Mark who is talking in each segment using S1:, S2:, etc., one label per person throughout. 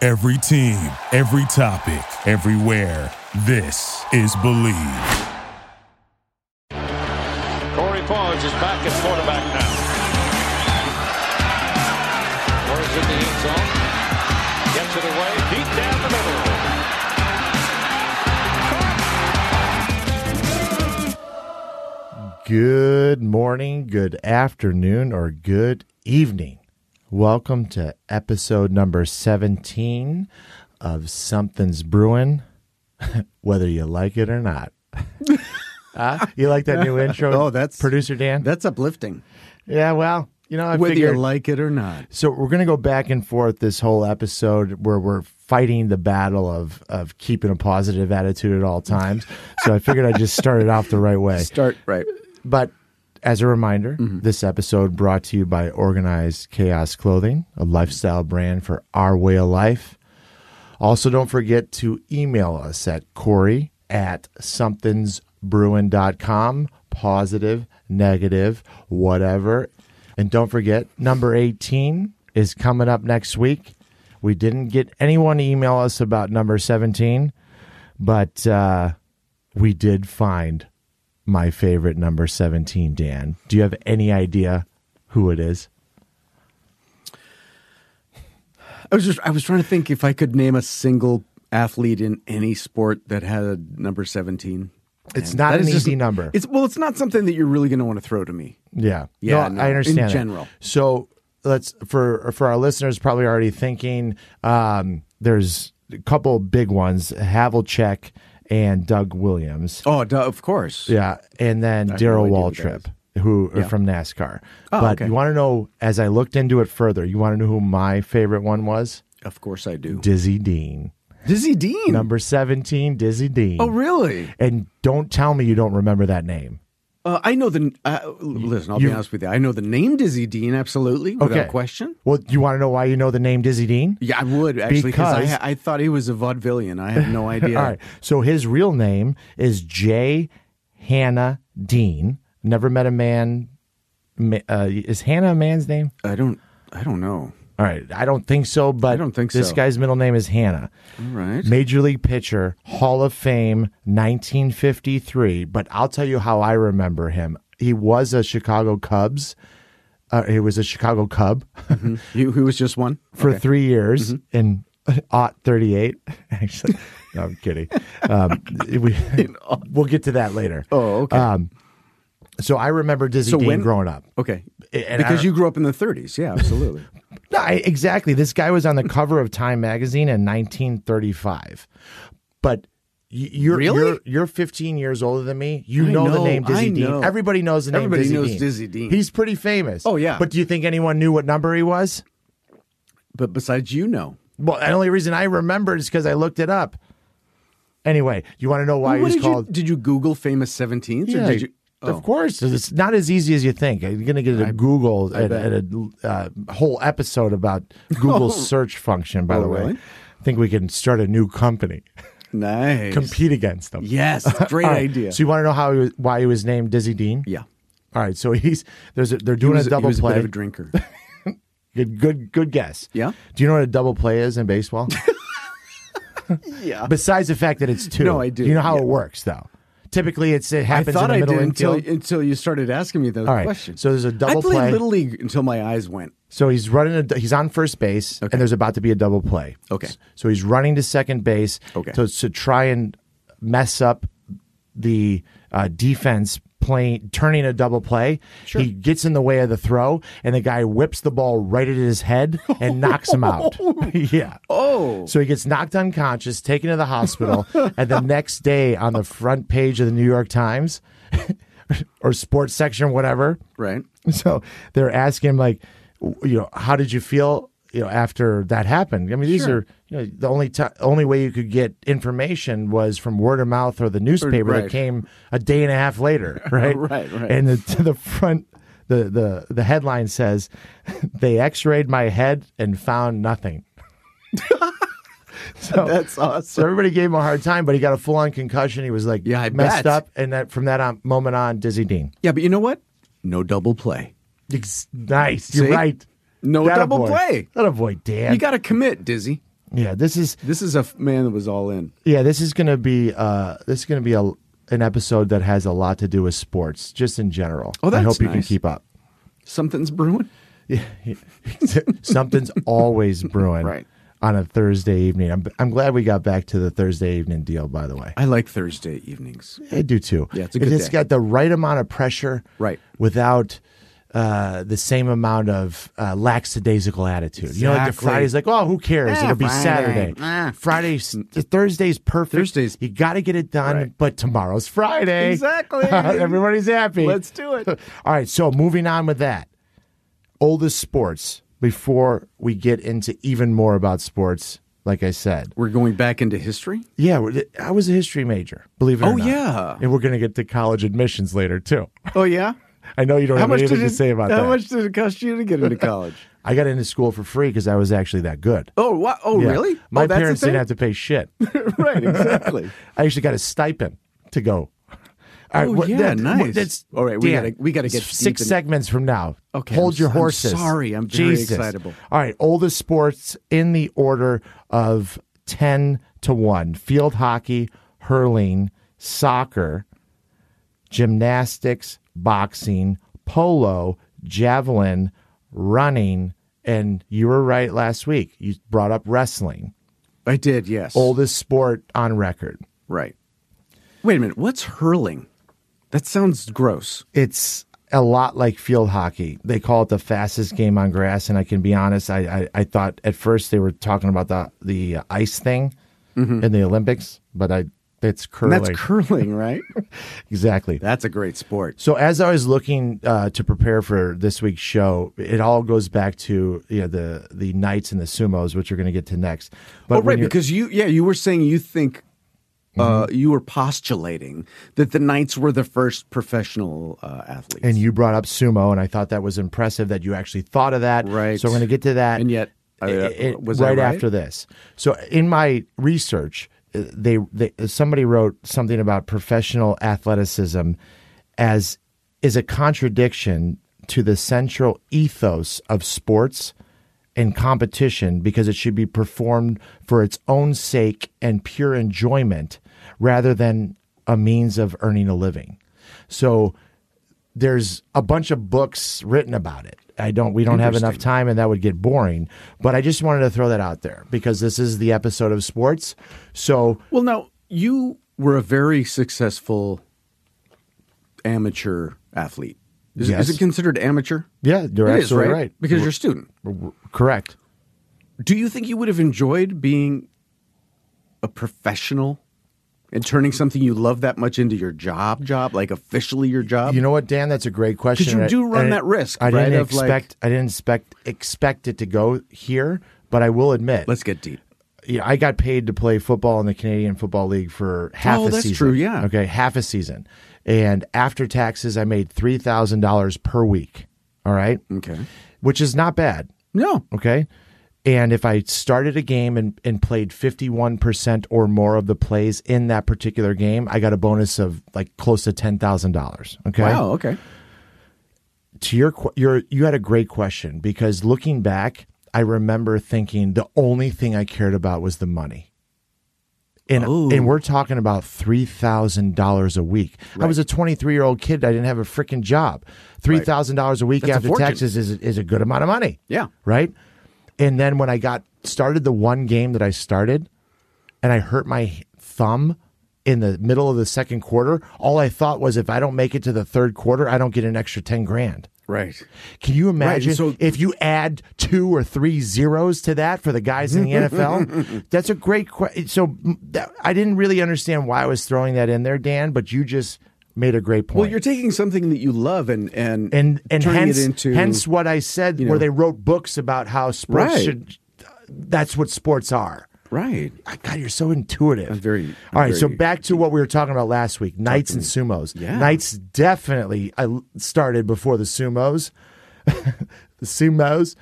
S1: Every team, every topic, everywhere. This is Believe.
S2: Corey Pons is back at quarterback now. Throws in the end zone. Gets it away. Deep down the middle.
S3: Good morning, good afternoon, or good evening. Welcome to episode number 17 of Something's Brewing, whether you like it or not. Huh? you like that new intro?
S4: Oh, that's-
S3: producer Dan.
S4: That's uplifting,
S3: yeah, well, you know, I
S4: whether
S3: figured.
S4: you like it or not.
S3: so we're gonna go back and forth this whole episode where we're fighting the battle of of keeping a positive attitude at all times. so I figured I just started off the right way.
S4: Start right.
S3: But as a reminder, this episode brought to you by Organized Chaos Clothing, a lifestyle brand for our way of life. Also, don't forget to email us at Corey at somethingsbrewing.com, positive, negative, whatever. And don't forget, number 18 is coming up next week. We didn't get anyone to email us about number 17, but uh, we did find my favorite number 17, Dan. Do you have any idea who it is?
S4: I was just I was trying to think if I could name a single athlete in any sport that had number seventeen.
S3: It's not
S4: that
S3: an
S4: is just-
S3: easy number.
S4: It's well, it's not something that you're really going to want to throw to me.
S3: Yeah.
S4: Yeah,
S3: No,
S4: no,
S3: I
S4: in
S3: understand. that.
S4: general.
S3: So let's for for our listeners probably already thinking um, there's a couple big ones: Havlicek and Doug Williams.
S4: Oh, duh, of course.
S3: Yeah, and then
S4: have no
S3: Daryl
S4: idea who that
S3: Waltrip, who are
S4: Yeah.
S3: from NASCAR.
S4: Oh,
S3: but
S4: okay.
S3: you want to know? As I looked into it further, you want to know who my favorite one was?
S4: Of course I do.
S3: Dizzy Dean,
S4: Dizzy Dean.
S3: number seventeen. Dizzy Dean.
S4: oh, really?
S3: And don't tell me you don't remember that name.
S4: Uh, I know the. Uh, listen, I'll
S3: you-
S4: be honest with you. I know the name Dizzy Dean absolutely without
S3: Okay.
S4: question.
S3: Well, you want to know why you know the name Dizzy Dean?
S4: Yeah, I would actually because
S3: Because-
S4: I, I thought he was a vaudevillian. I have no idea.
S3: All right. So his real name is J. Hannah Dean. Never met a man. ma- Uh, is Hannah a man's name?
S4: I don't. I don't know.
S3: All right. I don't think so, but
S4: I don't think
S3: this
S4: so.
S3: guy's middle name is Hannah.
S4: All right.
S3: Major League pitcher, Hall of Fame, 1953. But I'll tell you how I remember him. He was a Chicago Cubs. Uh, he was a Chicago Cub.
S4: You, who Mm-hmm. was just one?
S3: for three years
S4: Mm-hmm.
S3: in aught 38 actually no, i'm kidding um, we, we'll get to that later
S4: Oh, okay.
S3: um, so i remember dizzy
S4: So
S3: dean
S4: when-
S3: growing up
S4: okay.
S3: And I-
S4: because you grew up in the 30s. Yeah, absolutely.
S3: no, I, exactly this guy was on the cover of time magazine in 1935 but y- you're,
S4: Really?
S3: you're you're 15 years older than me. You
S4: I
S3: know, the
S4: know,
S3: name Dizzy
S4: I
S3: Dean.
S4: know.
S3: Everybody knows the name
S4: Everybody
S3: Dizzy
S4: knows
S3: Dean.
S4: Dizzy Dean.
S3: He's pretty famous.
S4: Oh, yeah.
S3: But do you think anyone knew what number he was?
S4: but besides you know.
S3: Well, the only reason I remembered is because I looked it up. Anyway, you want to know why
S4: What
S3: he's
S4: did,
S3: called?
S4: you, did you Google famous 17s?
S3: Yeah,
S4: Or did you, Oh.
S3: Of course, it's not as easy as you think. You're going to get a Google at,
S4: bet.
S3: at a uh, whole episode about Google's search function. By
S4: Oh,
S3: the way,
S4: really?
S3: I think we can start a new company,
S4: nice.
S3: compete against them.
S4: yes, great
S3: All right,
S4: idea.
S3: So you want to know how he was, why he was named Dizzy Dean?
S4: yeah.
S3: All right. So he's there's a, they're doing
S4: he was,
S3: a double
S4: he was
S3: play.
S4: a bit of a drinker.
S3: Good, good, good guess.
S4: Yeah?
S3: Do you know what a double play is in baseball?
S4: yeah.
S3: Besides the fact that it's two.
S4: No, I do.
S3: You know how
S4: Yeah.
S3: it works, though. Typically, it's it
S4: I
S3: happens in
S4: thought
S3: the
S4: I
S3: middle
S4: did until,
S3: infield.
S4: until you started asking me those
S3: All right.
S4: questions.
S3: So there's a double
S4: I played
S3: play.
S4: Little League until my eyes went.
S3: So he's running. A, he's on first base,
S4: Okay.
S3: and there's about to be a double play.
S4: Okay.
S3: So he's running to second base.
S4: Okay.
S3: To, to try and mess up the uh, defense playing, turning a double play. Sure. He gets in the way of the throw, and the guy whips the ball right at his head and knocks him out. yeah.
S4: Oh.
S3: So he gets knocked unconscious, taken to the hospital, and the next day on the front page of the New York Times or sports section, whatever.
S4: Right.
S3: So they're asking him, like, w- you know, how did you feel, you know, after that happened? I mean, these
S4: Sure.
S3: are you know the only ti only way you could get information was from word of mouth or the newspaper that
S4: right.
S3: came a day and a half later, right?
S4: Right, right.
S3: And the, to the front. The, the the headline says they x-rayed my head and found nothing so
S4: That's
S3: so
S4: awesome.
S3: everybody gave him a hard time, but he got a full on concussion. He was like,
S4: Yeah, I
S3: messed
S4: bet.
S3: up, and that from that on, moment on, Dizzy Dean.
S4: Yeah, but you know what? No double play.
S3: Ex- nice, you're
S4: See?
S3: right.
S4: No
S3: That a
S4: double
S3: boy.
S4: play.
S3: That a boy, Dan.
S4: You got to commit, Dizzy.
S3: Yeah, this is
S4: This is a f- man that was all in.
S3: yeah, this is gonna be uh this is gonna be a an episode that has a lot to do with sports, just in general.
S4: Oh,
S3: I
S4: that's
S3: hope you can
S4: nice.
S3: keep up.
S4: Something's brewing.
S3: Something's always brewing,
S4: Right.
S3: On a Thursday evening. I'm I'm glad we got back to the Thursday evening deal. By the way,
S4: I like Thursday evenings.
S3: I do too.
S4: Yeah, it's a good
S3: It's
S4: day.
S3: got the right amount of pressure,
S4: Right.
S3: Without uh, the same amount of uh, lackadaisical attitude. You know, like the
S4: Exactly.
S3: Friday's like, oh, who cares?
S4: Ah,
S3: It'll be
S4: Friday.
S3: Saturday.
S4: Ah.
S3: Friday's Thursday's perfect.
S4: Thursday's-
S3: you got to get it done,
S4: Right.
S3: but tomorrow's Friday.
S4: Exactly.
S3: Everybody's happy.
S4: Let's do it.
S3: All right, so moving on with that. Oldest sports before we get into even more about sports, like I said.
S4: We're going back into history.
S3: Yeah, we're- I was a history major, believe it or
S4: Oh,
S3: not.
S4: yeah.
S3: And we're going to get to college admissions later, too.
S4: Oh yeah.
S3: I know you don't
S4: How
S3: have
S4: much
S3: anything
S4: did
S3: to
S4: it
S3: say about
S4: How
S3: that.
S4: much did it cost you to get into college?
S3: I got into school for free because I was actually that good.
S4: oh what? Oh
S3: Yeah.
S4: really?
S3: My
S4: oh, that's
S3: parents
S4: the
S3: didn't
S4: thing?
S3: have to pay shit.
S4: right. Exactly.
S3: I actually got a stipend to go. All right,
S4: Oh,
S3: what-
S4: yeah, nice.
S3: That's,
S4: All right, we
S3: Dan,
S4: gotta- we gotta get deep
S3: six
S4: in-
S3: segments from now.
S4: Okay,
S3: hold
S4: I'm
S3: your
S4: s- I'm
S3: horses.
S4: sorry, I'm very
S3: Jesus.
S4: excitable.
S3: All right, oldest sports in the order of ten to one: field hockey, hurling, soccer, gymnastics, boxing, polo, javelin, running, and you were right last week. You brought up wrestling.
S4: I did. Yes.
S3: Oldest sport on record.
S4: Right. Wait a minute. What's hurling? That sounds gross.
S3: it's a lot like field hockey. They call it the fastest game on grass, and I can be honest, I I, I thought at first they were talking about the the uh, ice thing in the Olympics, but I it's
S4: Mm-hmm. And
S3: curling
S4: that's curling, right?
S3: exactly.
S4: that's a great sport.
S3: So as I was looking uh, to prepare for this week's show, it all goes back to you know, the the knights and the sumos, which we're going to get to next. But
S4: oh,
S3: when
S4: right,
S3: you're- Mm-hmm.
S4: because you, yeah, you were saying you think uh, you were postulating that the knights were the first professional uh, athletes,
S3: and you brought up sumo, and I thought that was impressive that you actually thought of that.
S4: Right.
S3: So we're going to get to that,
S4: And yet, I-
S3: It-
S4: was I
S3: right,
S4: right?
S3: after this. So in my research, uh, they, they somebody wrote something about professional athleticism as is a contradiction to the central ethos of sports and competition because it should be performed for its own sake and pure enjoyment rather than a means of earning a living. So there's a bunch of books written about it. I don't we don't have enough time and that would get boring, but I just wanted to throw that out there because this is the episode of sports. So
S4: well, now you were a very successful amateur athlete. Is,
S3: Yes.
S4: is it considered amateur?
S3: yeah, you're
S4: It is,
S3: absolutely
S4: right?
S3: right.
S4: Because you're a student.
S3: Correct.
S4: Do you think you would have enjoyed being a professional and turning something you love that much into your job, job, like officially your job?
S3: You know what, Dan? That's a great question.
S4: you
S3: and I-
S4: do run
S3: and I-
S4: that risk,
S3: I didn't
S4: right, of, like-
S3: expect. I didn't expect expect it to go here, but I will admit,
S4: Let's get deep.
S3: yeah, I got paid to play football in the Canadian Football League for half
S4: Oh,
S3: a
S4: that's
S3: season.
S4: true, yeah.
S3: Okay, half a season, and after taxes, I made three thousand dollars per week. All right.
S4: Okay.
S3: Which is not bad.
S4: No.
S3: Okay. And if I started a game and, and played 51% or more of the plays in that particular game, I got a bonus of like close to $10,000. Okay
S4: Wow. Okay.
S3: to your que- your you had a great question because looking back, I remember thinking the only thing I cared about was the money. And
S4: Oh.
S3: and we're talking about three thousand dollars a week. I was a twenty three year old kid. I didn't have a freaking job. Three thousand dollars a week
S4: That's a
S3: after
S4: fortune.
S3: taxes is is a good amount of money.
S4: Yeah.
S3: Right. And then when I got started the one game that I started, and I hurt my thumb in the middle of the second quarter, all I thought was if I don't make it to the third quarter, I don't get an extra ten grand.
S4: Right.
S3: Can you imagine
S4: so-
S3: if you add two or three zeros to that for the guys in the NFL? That's a great question. So mm, that, I didn't really understand why I was throwing that in there, Dan, but you just made a great point.
S4: Well, you're taking something that you love and and
S3: and and
S4: turning
S3: hence,
S4: it into
S3: hence what I said, where
S4: know-
S3: they wrote books about how sports
S4: Right.
S3: should. That's what sports are.
S4: right.
S3: I- God, you're so intuitive.
S4: I'm very- I'm
S3: All right, so
S4: very-
S3: back to what we were talking about last week: knights and sumos.
S4: Yeah.
S3: knights definitely. I l- started before the sumos. the sumos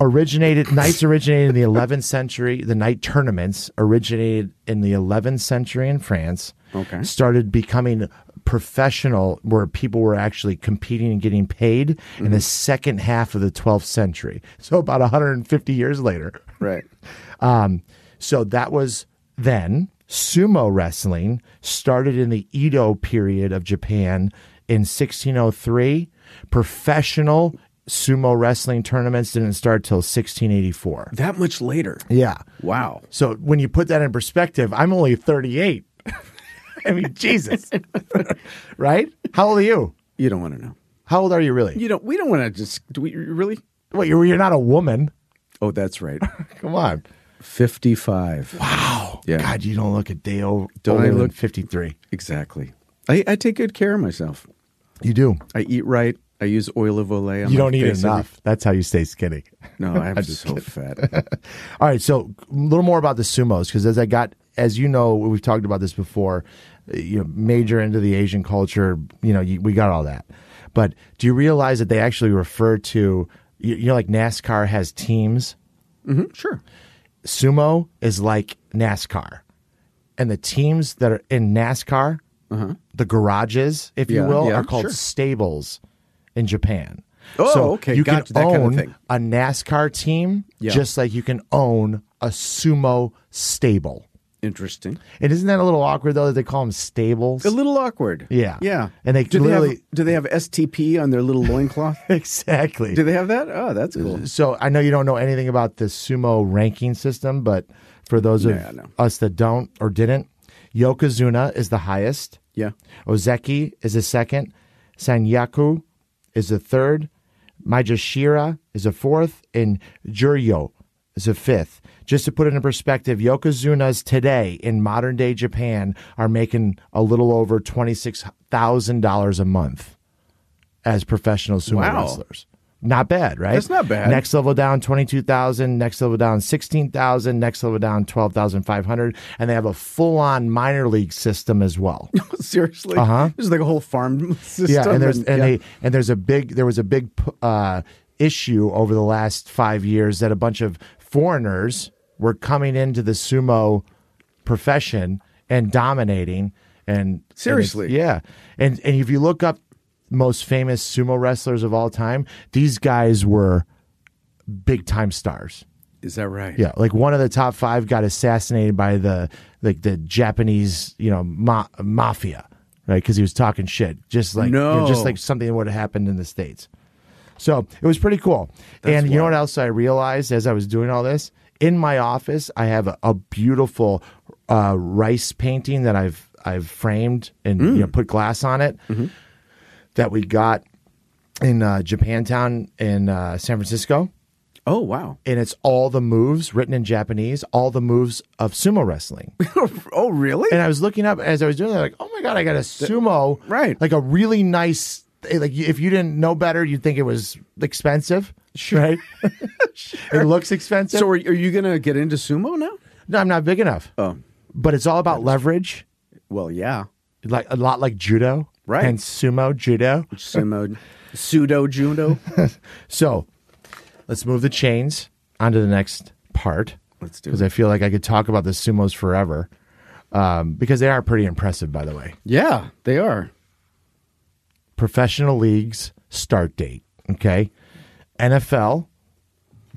S3: originated. Knights originated in the 11th century. The knight tournaments originated in the 11th century in France.
S4: Okay.
S3: started becoming professional, where people were actually competing and
S4: Mm-hmm.
S3: getting paid in the second half of the 12th century. So about 150 years later.
S4: Right.
S3: So that was then. Sumo wrestling started in the Edo period of Japan in 1603. Professional sumo wrestling tournaments didn't start till 1684.
S4: That much later.
S3: Yeah.
S4: Wow.
S3: So when you put that in perspective, I'm only 38. I mean, Jesus. right? How old are you?
S4: You don't want to know.
S3: How old are you really?
S4: You don't. We don't want to just. Do we really?
S3: Well, you're, you're not a woman.
S4: Oh, that's right.
S3: Come on.
S4: Fifty-five.
S3: Wow.
S4: Yeah.
S3: Oh, God, you don't look a day old.
S4: Don't I look-
S3: 53?
S4: Exactly. I, I take good care of myself.
S3: You do.
S4: I eat right. I use oil of Olay. On
S3: You
S4: my
S3: don't eat
S4: face every-
S3: enough. That's how you stay skinny.
S4: no, I'm, so fat.
S3: All right, so a little more about the sumos because as I got, as you know, we've talked about this before. uh, You know, major into the Asian culture. You know, you, we got all that. But do you realize that they actually refer to you, you know, like NASCAR has teams.
S4: Mhm, sure.
S3: Sumo is like NASCAR, and the teams that are in NASCAR, the garages, if
S4: Uh-huh. Yeah,
S3: you will,
S4: yeah,
S3: are called
S4: sure.
S3: stables in Japan.
S4: Oh,
S3: so
S4: okay,
S3: You can
S4: gotcha, that
S3: own
S4: kinda thing.
S3: a NASCAR team
S4: Yeah.
S3: just like you can own a sumo stable.
S4: Interesting.
S3: And isn't that a little awkward though that they call them stables?
S4: A little awkward.
S3: Yeah.
S4: Yeah.
S3: And they
S4: do They
S3: literally-
S4: have, do they have STP on their little loincloth?
S3: exactly.
S4: do they have that? Oh, that's cool.
S3: so I know you don't know anything about the sumo ranking system, but for those of
S4: Nah, no.
S3: us that don't or didn't, Yokozuna is the highest.
S4: Yeah.
S3: Ozeki is the second. Sanyaku is the third. Majashira is the fourth. And Juryo is the fifth. Just to put it in perspective, Yokozunas today in modern day Japan are making a little over $26,000 a month as professional sumo
S4: Wow.
S3: wrestlers. Not bad, right?
S4: That's not bad.
S3: Next level down, 22,000. Next level down, 16,000. Next level down, 12,500. And they have a full on minor league system as well.
S4: Seriously. Uh-huh. There's like a whole farm system.
S3: Yeah, and there's and,
S4: yeah.
S3: they and there's a big there was a big p- uh, issue over the last five years that a bunch of foreigners were coming into the sumo profession and dominating and and it's-
S4: Seriously?
S3: yeah, and and if you look up most famous sumo wrestlers of all time, these guys were big time stars.
S4: Is that right?
S3: Yeah, like one of the top five got assassinated by the like the Japanese, you know, ma- mafia, right? Because he was talking shit, just like you know, just
S4: No.
S3: like something that would have happened in the states. So it was pretty cool. and you know what else I realized as I was doing all this? In my office, I have a, a beautiful uh, rice painting that I've I've framed and you know
S4: Mm.
S3: put glass on it
S4: Mm-hmm.
S3: that we got in uh, Japantown in uh, San Francisco
S4: Oh, wow.
S3: and it's all the moves written in Japanese, all the moves of sumo wrestling.
S4: oh, really?
S3: and I was looking up as I was doing that, like, oh my god, I got a sumo,
S4: Right.
S3: Like a really nice, like if you didn't know better, you'd think it was expensive, right? It looks expensive.
S4: so are, are you going to get into sumo now?
S3: no, I'm not big enough.
S4: Oh.
S3: but it's all about leverage,
S4: Well, yeah.
S3: like a lot like judo,
S4: Right.
S3: And sumo judo.
S4: Sumo, pseudo judo.
S3: So let's move the chains onto the next part.
S4: Let's do
S3: Because
S4: it.
S3: I feel like I could talk about the sumos forever. Um, because they are pretty impressive, by the way.
S4: Yeah, they are.
S3: Professional leagues start date. Okay. NFL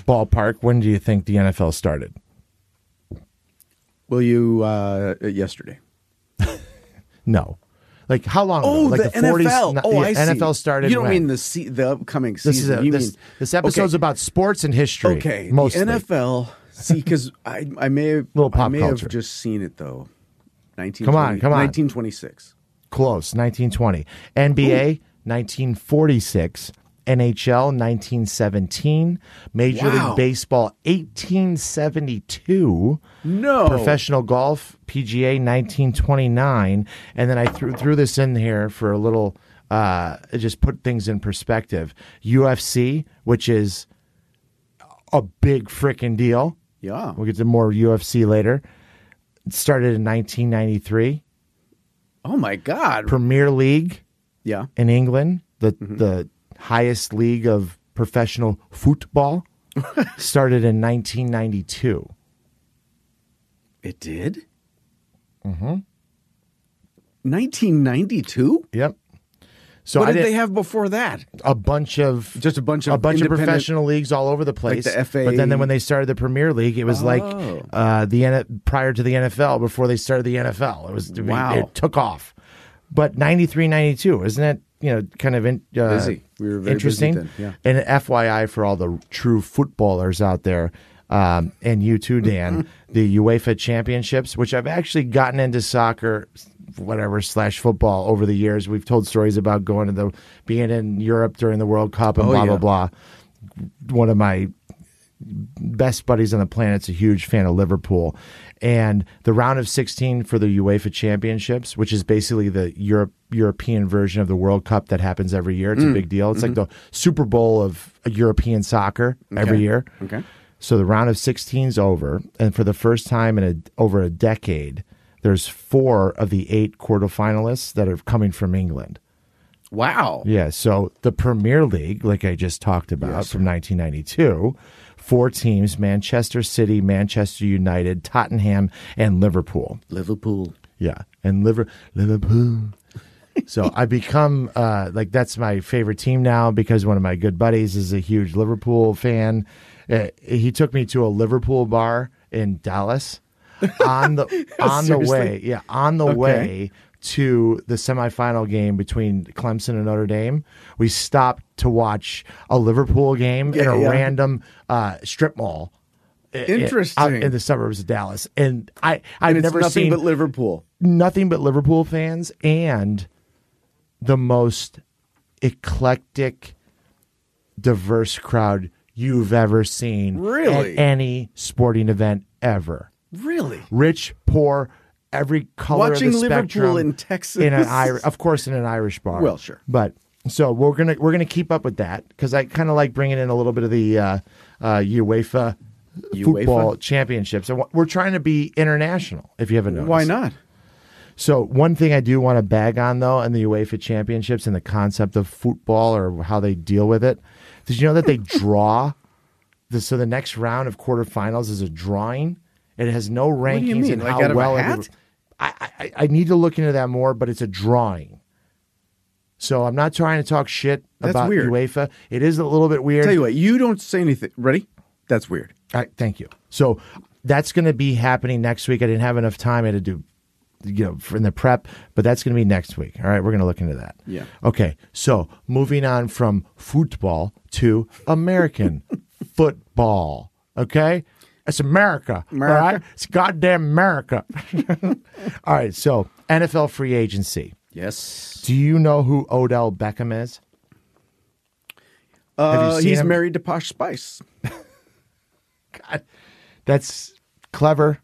S3: ballpark. When do you think the NFL started?
S4: Will you uh, yesterday?
S3: No. Like how long? ago?
S4: Oh,
S3: like
S4: the, NFL.
S3: no,
S4: oh,
S3: the
S4: I see.
S3: NFL started.
S4: You don't
S3: when?
S4: mean the se- the upcoming
S3: This is
S4: season.
S3: a,
S4: you
S3: this,
S4: mean
S3: this episode's
S4: okay.
S3: about sports and history.
S4: okay.
S3: mostly.
S4: The NFL. see, because I I may have
S3: Little pop
S4: I may
S3: culture.
S4: have just seen it though. Nineteen.
S3: Come on, come on.
S4: Nineteen twenty six.
S3: Close, 1920. NBA, 1946. NHL, 1917. Major
S4: Wow.
S3: League Baseball, 1872.
S4: No.
S3: Professional golf, PGA, 1929. And then I threw, threw this in here for a little, uh, just put things in perspective. UFC, which is a big freaking deal.
S4: Yeah.
S3: We'll get to more UFC later. It started in 1993.
S4: Oh my God.
S3: Premier League,
S4: yeah.
S3: in England, the
S4: Mm-hmm.
S3: the highest league of professional football, started in 1992.
S4: It did. Mm-hmm.
S3: Mm-hmm.
S4: Nineteen ninety two.
S3: Yep. So
S4: what
S3: I
S4: did
S3: did
S4: they have before that?
S3: a bunch of
S4: Just a bunch of
S3: a bunch of
S4: independent-
S3: professional leagues all over the place.
S4: the FA.
S3: But then, then when they started the Premier League, it was like
S4: Oh.
S3: uh, the N- prior to the NFL before they started the NFL. It was it-
S4: Wow.
S3: it took off. But 93, 92, isn't it? You know, kind of in, uh,
S4: Busy. We were very busy
S3: interesting.
S4: then, yeah.
S3: And FYI for all the true footballers out there, um, and you too, Dan,
S4: Mm-hmm.
S3: the UEFA Championships, which I've actually gotten into soccer, whatever slash football over the years. We've told stories about going to the being in Europe during the World Cup and
S4: Oh,
S3: blah
S4: yeah.
S3: blah blah. One of my best buddies on the planet's a huge fan of Liverpool. And the round of 16 for the UEFA Championships, which is basically the Europe, European version of the World Cup that happens every year.
S4: Mm.
S3: It's a big deal. It's like the Super Bowl of European soccer every
S4: Mm-hmm. Okay.
S3: year.
S4: Okay.
S3: So the round of 16 is over. And for the first time in a, over a decade, there's four of the eight quarterfinalists that are coming from England.
S4: Wow.
S3: Yeah, so the Premier League, like I just talked about from 1992, four teams Manchester City, Manchester United, Tottenham, and Liverpool.
S4: Liverpool.
S3: Yeah, and Liver- Liverpool. so I become uh, like that's my favorite team now because one of my good buddies is a huge Liverpool fan. Uh, he took me to a Liverpool bar in Dallas on the on the way. Yeah, on the way to the semifinal game between Clemson and Notre Dame. We stopped to watch a Liverpool game in
S4: Yeah,
S3: a
S4: yeah.
S3: random uh, strip mall. eh,
S4: Interesting.
S3: out in the suburbs of Dallas, and I I've
S4: and it's
S3: never
S4: nothing
S3: seen
S4: but Liverpool.
S3: nothing but Liverpool fans and the most eclectic, diverse crowd you've ever seen
S4: Really?
S3: at any sporting event ever.
S4: Really?
S3: Rich, poor, every color
S4: Watching
S3: of the
S4: Liverpool
S3: spectrum
S4: in Texas.
S3: in an Ir- of course, in an Irish bar.
S4: Well, sure.
S3: but. So we're gonna we're gonna keep up with that because I kind of like bringing in a little bit of the uh, uh, UEFA, football championships, and we're trying to be international. If you haven't noticed,
S4: Why not?
S3: so one thing I do want to bag on though, and the UEFA Championships and the concept of football or how they deal with it. Did you know that they draw? The, so the next round of quarterfinals is a drawing. It has no rankings
S4: do you mean?
S3: and
S4: Like
S3: how
S4: out of a
S3: well. every-
S4: hat?
S3: I, I I need to look into that more, but it's a drawing. So I'm not trying to talk shit
S4: That's
S3: about
S4: weird.
S3: UEFA. It is a little bit weird.
S4: Tell you what, you don't say anything. Ready? That's weird.
S3: All right, thank you. So that's going to be happening next week. I didn't have enough time I had to do, you know, for in the prep, but that's going to be next week. All right, we're going to look into that.
S4: Yeah.
S3: Okay. So moving on from football to American football. Okay. It's America.
S4: America.
S3: All right. It's goddamn America. all right. So NFL free agency.
S4: Yes.
S3: Do you know who Odell Beckham is?
S4: Uh,
S3: Have you seen
S4: he's
S3: him?
S4: married to Posh Spice.
S3: God, that's clever.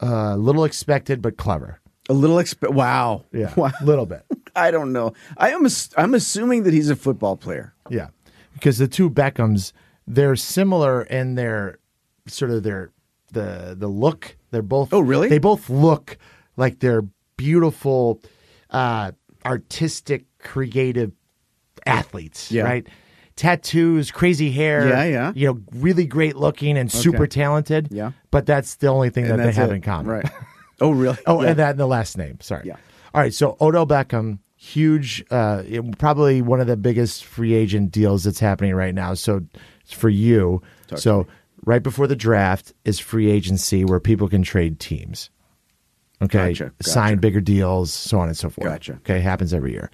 S3: Uh, little expected, but clever.
S4: A little exp. Wow.
S3: Yeah,
S4: Wow.
S3: a little bit.
S4: I don't know. I am. ass- I'm assuming that he's a football player.
S3: Yeah, because the two Beckhams, they're similar in their sort of their the the look. They're both.
S4: Oh, really?
S3: They both look like they're beautiful, uh, artistic, creative athletes.
S4: Yeah.
S3: Right. Tattoos, crazy hair.
S4: Yeah, yeah.
S3: You know, really great looking and super talented.
S4: Yeah.
S3: But that's the only thing that
S4: And
S3: they
S4: that's
S3: have
S4: it.
S3: in common.
S4: Right. Oh, really?
S3: Oh,
S4: Yeah.
S3: and that and the last name. Sorry.
S4: Yeah.
S3: All right. So Odell Beckham, huge, uh, it- probably one of the biggest free agent deals that's happening right now. So it's for you. so right before the draft is free agency where people can trade teams. Okay.
S4: Gotcha, gotcha.
S3: Sign bigger deals, so on and so forth.
S4: Gotcha.
S3: Okay. Happens every year.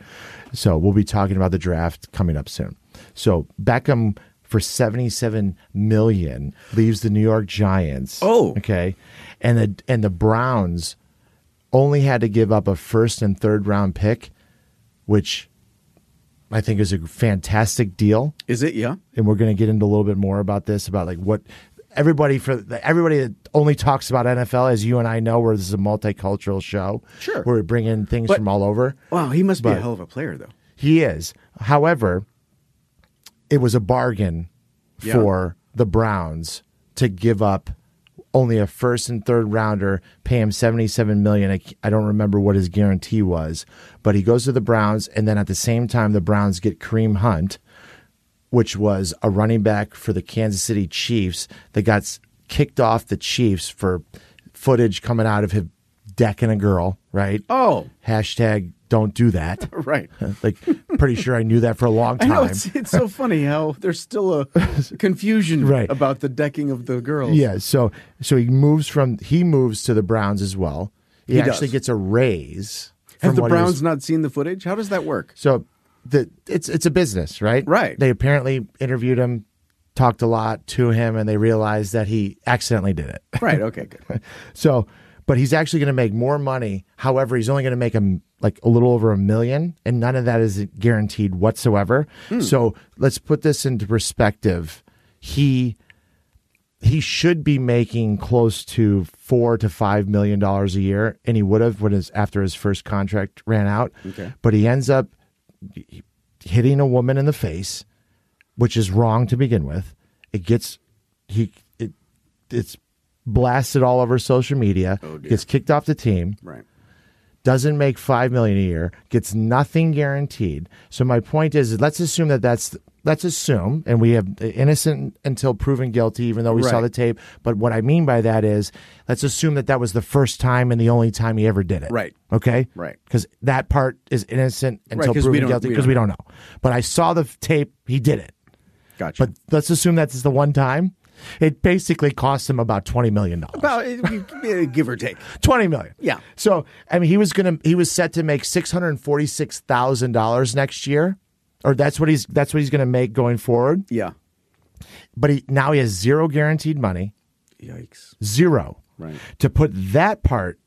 S3: So we'll be talking about the draft coming up soon. So Beckham for 77 million leaves the New York Giants.
S4: Oh.
S3: Okay. And the and the Browns only had to give up a first and third round pick, which I think is a fantastic deal.
S4: Is it? Yeah.
S3: And we're going to get into a little bit more about this about like what everybody for everybody that only talks about NFL, as you and I know, where this is a multicultural show,
S4: Sure.
S3: where we bring in things
S4: But-
S3: from all over.
S4: Wow. He must be a
S3: But-
S4: hell of a player, though.
S3: He is. However, it was a bargain
S4: Yeah.
S3: for the Browns to give up only a first and third rounder, pay him 77 million. I, I don't remember what his guarantee was, but he goes to the Browns and then at the same time the Browns get Kareem Hunt, which was a running back for the Kansas City Chiefs that got s- kicked off the Chiefs for footage coming out of him decking a girl, right?
S4: Oh.
S3: Hashtag don't do that.
S4: Right.
S3: like, pretty sure I knew that for a long time.
S4: I know it's, it's so funny how there's still a confusion
S3: Right.
S4: about the decking of the girls.
S3: Yeah, so so he moves from he moves to the Browns as well. He,
S4: He does.
S3: actually gets a raise.
S4: Have
S3: from
S4: the
S3: what he was-
S4: Browns not seen the footage? How does that work?
S3: so the it's it's a business, right?
S4: Right.
S3: They apparently interviewed him, talked a lot to him, and they realized that he accidentally did it.
S4: Right. Okay. Good.
S3: So, but he's actually going to make more money. However, he's only going to make him like a little over a million, and none of that is guaranteed whatsoever.
S4: Hmm.
S3: So let's put this into perspective. He he should be making close to four to five million dollars a year, and he would have when his after his first contract ran out.
S4: Okay.
S3: But he ends up hitting a woman in the face, which is wrong to begin with. It gets he it it's blasted all over social media.
S4: Oh, dear.
S3: gets kicked off the team.
S4: Right.
S3: Doesn't make five million a year. Gets nothing guaranteed. So my point is, let's assume that that's let's assume, and we have uh, innocent until proven guilty, even though we saw
S4: Right.
S3: the tape. But what I mean by that is, let's assume that that was the first time and the only time he ever did it.
S4: Right.
S3: Okay.
S4: Right.
S3: Because that part is innocent until
S4: 'cause we
S3: proven
S4: don't-
S3: guilty
S4: we
S3: because
S4: don't
S3: we don't know. But I saw the f- tape. He did it.
S4: Gotcha.
S3: But let's assume that's the one time. It basically cost him about twenty million dollars.
S4: well, it- it- give or take.
S3: Twenty million.
S4: Yeah.
S3: So I mean, he was gonna. He was set to make six hundred forty six thousand dollars next year, or that's what he's that's what he's gonna make going forward.
S4: Yeah.
S3: But he now he has zero guaranteed money,
S4: Yikes.
S3: zero.
S4: Right.
S3: To put that part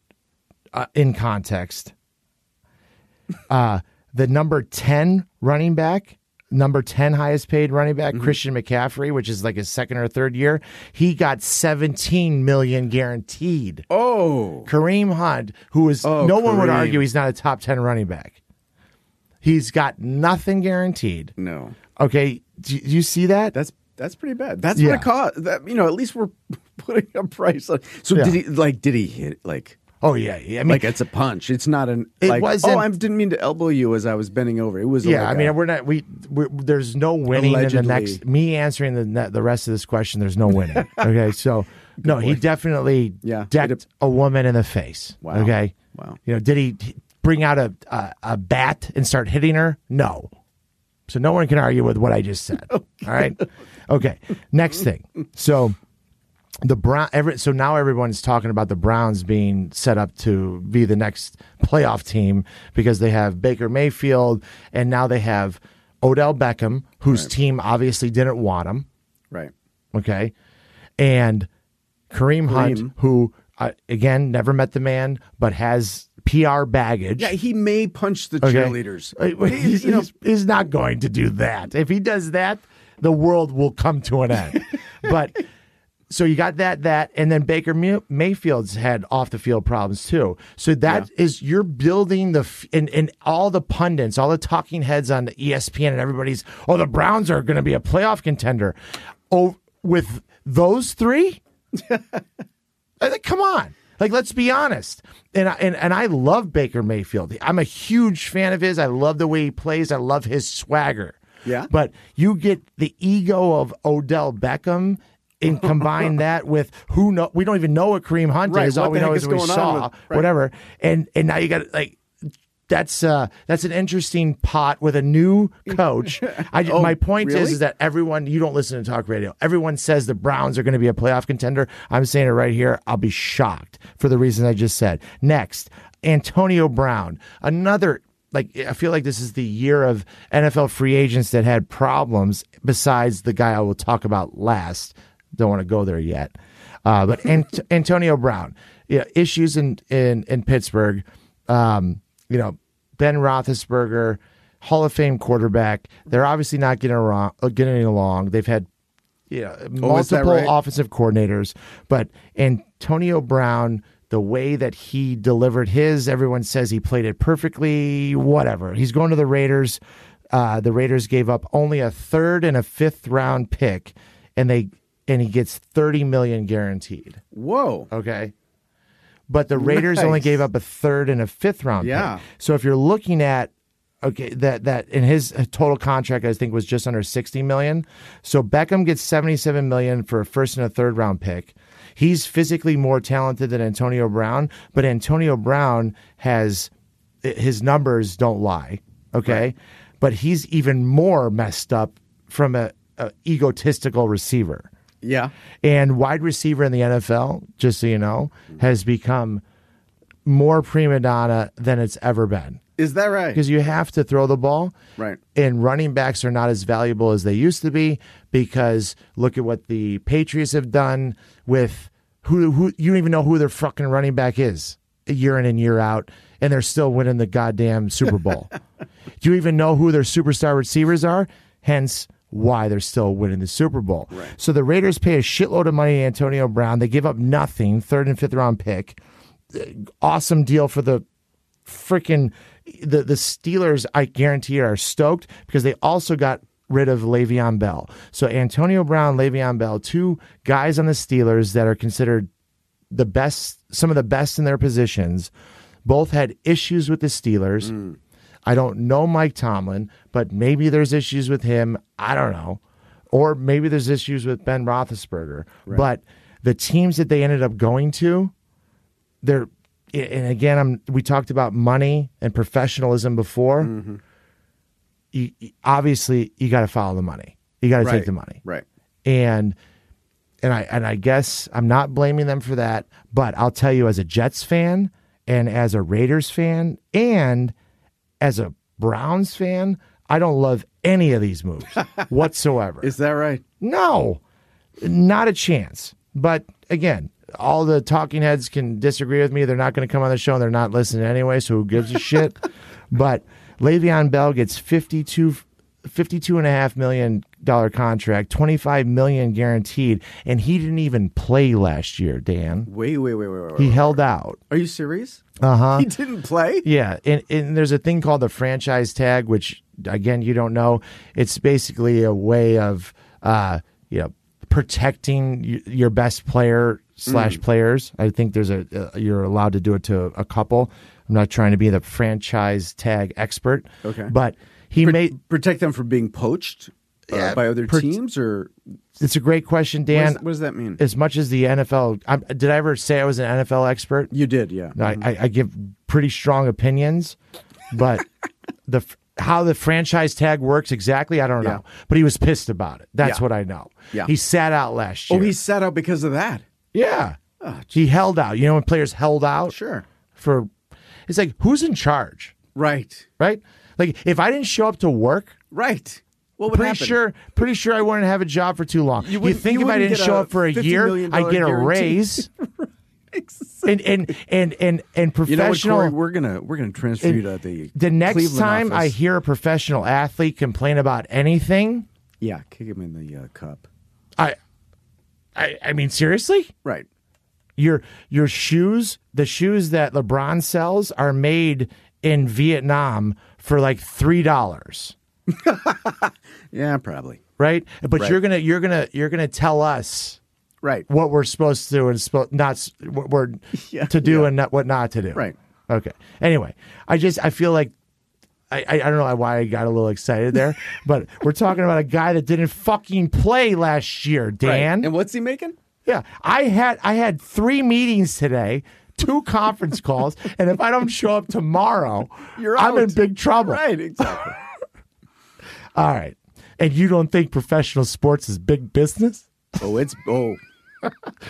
S3: uh, in context, uh, the number ten running back. Number 10 highest paid running back, Christian McCaffrey, which is like his second or third year, he got 17 million guaranteed.
S4: Oh.
S3: Kareem Hunt, who is
S4: Oh,
S3: no one would
S4: Kareem.
S3: argue he's not a top 10 running back. He's got nothing guaranteed.
S4: No.
S3: Okay, do, do you see that?
S4: That's that's pretty bad. That's
S3: Yeah.
S4: what it cost. That you know, at least we're putting a price on. So
S3: Yeah.
S4: did he like? Did he hit like?
S3: oh yeah, yeah. I mean,
S4: Like it's a punch. It's not an.
S3: It
S4: like,
S3: wasn't-
S4: Oh, I didn't mean to elbow you as I was bending over. It was.
S3: yeah,
S4: like
S3: I mean,
S4: a-
S3: we're not we we're, there's no winning in
S4: Allegedly.
S3: the next me answering the ne- the rest of this question. There's no winning. okay, so no, he definitely
S4: Yeah, it
S3: decked
S4: ap-
S3: a woman in the face.
S4: Wow.
S3: Okay.
S4: Wow.
S3: You know, did he t- bring out a, a a bat and start hitting her? No. So no one can argue with what I just said. All right. Okay. Next thing. So the Brown. Every, so now everyone's talking about the Browns being set up to be the next playoff team because they have Baker Mayfield and now they have Odell Beckham, whose team obviously didn't want him.
S4: right.
S3: Okay, and Kareem Hunt,
S4: Kareem.
S3: who uh, again never met the man but has PR baggage.
S4: Yeah, he may punch the
S3: Okay.
S4: cheerleaders.
S3: Uh, well,
S4: He-
S3: he's,
S4: you know,
S3: he's- he's not going to do that. If he does that, the world will come to an end. but so you got that, that, and then Baker Mu- Mayfield's had off the field problems too. So that is- you're building the f- and and all the pundits, all the E talking heads on ESPN, and everybody's oh the Browns are going to be a playoff contender. Oh, with those three. I think, come on. Like, let's be honest. And I, and, and I love Baker Mayfield. I'm a huge fan of his. I love the way he plays. I love his swagger.
S4: Yeah.
S3: But you get the ego of Odell Beckham and combine that with who know we don't even know what Kareem Hunt
S4: Right,
S3: is.
S4: what
S3: All we
S4: the
S3: know
S4: heck
S3: is
S4: is
S3: we
S4: going on
S3: saw
S4: with- right.
S3: whatever. And and now you got like that's uh that's an interesting pot with a new coach. I
S4: Oh,
S3: my point is,
S4: really?
S3: is that everyone you don't listen to talk radio. Everyone says the Browns are going to be a playoff contender. I'm saying it right here. I'll be shocked for the reasons I just said. Next, Antonio Brown, another like I feel like this is the year of NFL free agents that had problems. Besides the guy I will talk about last, don't want to go there yet. Uh, but Ant- Antonio Brown, yeah, issues in in in Pittsburgh. Um, you know, Ben Roethlisberger, Hall of Fame quarterback. They're obviously not getting along. Getting along. They've had you know
S4: Oh, is that
S3: Uh, multiple
S4: right?
S3: offensive coordinators, but Antonio Brown. The way that he delivered his, everyone says he played it perfectly. Whatever. He's going to the Raiders. Uh, the Raiders gave up only a third and a fifth round pick, and they and he gets thirty million guaranteed.
S4: whoa.
S3: Okay. But the Raiders only
S4: Nice.
S3: gave up a third and a fifth round.
S4: Yeah.
S3: Pick. So if you're looking at okay, that that in his total contract I think was just under 60 million. So Beckham gets 77 million for a first and a third round pick. He's physically more talented than Antonio Brown, but Antonio Brown has his numbers don't lie. Okay, but he's even more messed up from a, a egotistical receiver.
S4: Yeah.
S3: And wide receiver in the NFL, just so you know, has become more prima donna than it's ever been
S4: Is that right?
S3: because you have to throw the ball.
S4: Right.
S3: And running backs are not as valuable as they used to be because look at what the Patriots have done with who who you don't even know who their fucking running back is year in and year out, and they're still winning the goddamn Super Bowl. Do you even know who their superstar receivers are? Hence why they're still winning the Super Bowl. Right. So the Raiders pay a shitload of money to Antonio Brown. They give up nothing, third and fifth round pick. Awesome deal for the freaking the the Steelers, I guarantee, are stoked because they also got rid of Le'Veon Bell. So Antonio Brown, Le'Veon Bell, two guys on the Steelers that are considered the best, some of the best in their positions. Both had issues with the Steelers. I don't know Mike Tomlin, but maybe there's issues with him. I don't know. Or maybe there's issues with Ben Roethlisberger. But the teams that they ended up going to, they're and again I'm we talked about money and professionalism before. You, you- obviously, you got to follow the money. You got to
S4: Right.
S3: take the money,
S4: Right.
S3: and and I and I guess I'm not blaming them for that, but I'll tell you as a Jets fan and as a Raiders fan and as a Browns fan, I don't love any of these moves whatsoever.
S4: Is that right?
S3: No, not a chance. But again, all the talking heads can disagree with me. They're not going to come on the show and they're not listening anyway, so who gives a shit? But Le'Veon Bell gets 52, 52 and a half million dollar contract, 25 million guaranteed, and he didn't even play last year, Dan.
S4: Wait, wait, wait, wait, wait.
S3: He
S4: wait.
S3: held out.
S4: Are you serious? Uh
S3: Uh-huh.
S4: huh. He didn't play.
S3: Yeah, and, and there's a thing called the franchise tag, which again you don't know. It's basically a way of uh, you know protecting y- your best player slash players. I think there's a uh, you're allowed to do it to a couple. I'm not trying to be the franchise tag expert.
S4: Okay.
S3: but he
S4: Pro-
S3: made
S4: protect them from being poached uh, by other
S3: pro-
S4: teams, or
S3: it's a great question,
S4: what,
S3: Dan.
S4: does, what does that mean?
S3: as much as the NFL, I, did I ever say I was an NFL expert?
S4: You did, yeah.
S3: I, I, I give pretty strong opinions, but the f- how the franchise tag works exactly, I don't know. But he was pissed about it. That's
S4: Yeah.
S3: what I know.
S4: Yeah.
S3: He sat out last
S4: Oh,
S3: year.
S4: he sat out because of that.
S3: yeah. he held out. You know when players held out
S4: Sure.
S3: for, it's like who's in charge,
S4: Right.
S3: right? Like if I didn't show up to work,
S4: Right. What would
S3: pretty
S4: happen?
S3: sure, pretty sure I wouldn't have a job for too long. You,
S4: wouldn't-
S3: think
S4: you
S3: if I
S4: wouldn't
S3: didn't
S4: get
S3: show
S4: a
S3: up for a
S4: $50
S3: year,
S4: million
S3: I get a
S4: guarantee.
S3: raise. and and and and and
S4: You know what,
S3: professional.
S4: Corey? We're gonna we're gonna transfer you to the
S3: the next
S4: Cleveland
S3: time I
S4: office.
S3: hear a professional athlete complain about anything,
S4: yeah, kick him in the uh, cup.
S3: I, I, I mean, seriously,
S4: Right.
S3: your your shoes, the shoes that LeBron sells, are made in Vietnam for like three dollars,
S4: Yeah, probably.
S3: right? But
S4: Right.
S3: you're gonna you're gonna you're gonna tell us
S4: Right.
S3: what we're supposed to do and spo- not s- what we're
S4: Yeah,
S3: to do
S4: yeah.
S3: and not, what not to do.
S4: Right.
S3: Okay. Anyway, I just I feel like I I, I don't know why I got a little excited there, but we're talking about a guy that didn't fucking play last year,
S4: Right.
S3: Dan.
S4: And what's he making?
S3: Yeah, I had I had three meetings today, two conference calls, and if I don't show up tomorrow,
S4: You're
S3: I'm in
S4: out.
S3: big trouble.
S4: Right. Exactly.
S3: All right. And you don't think professional sports is big business?
S4: oh, it's oh.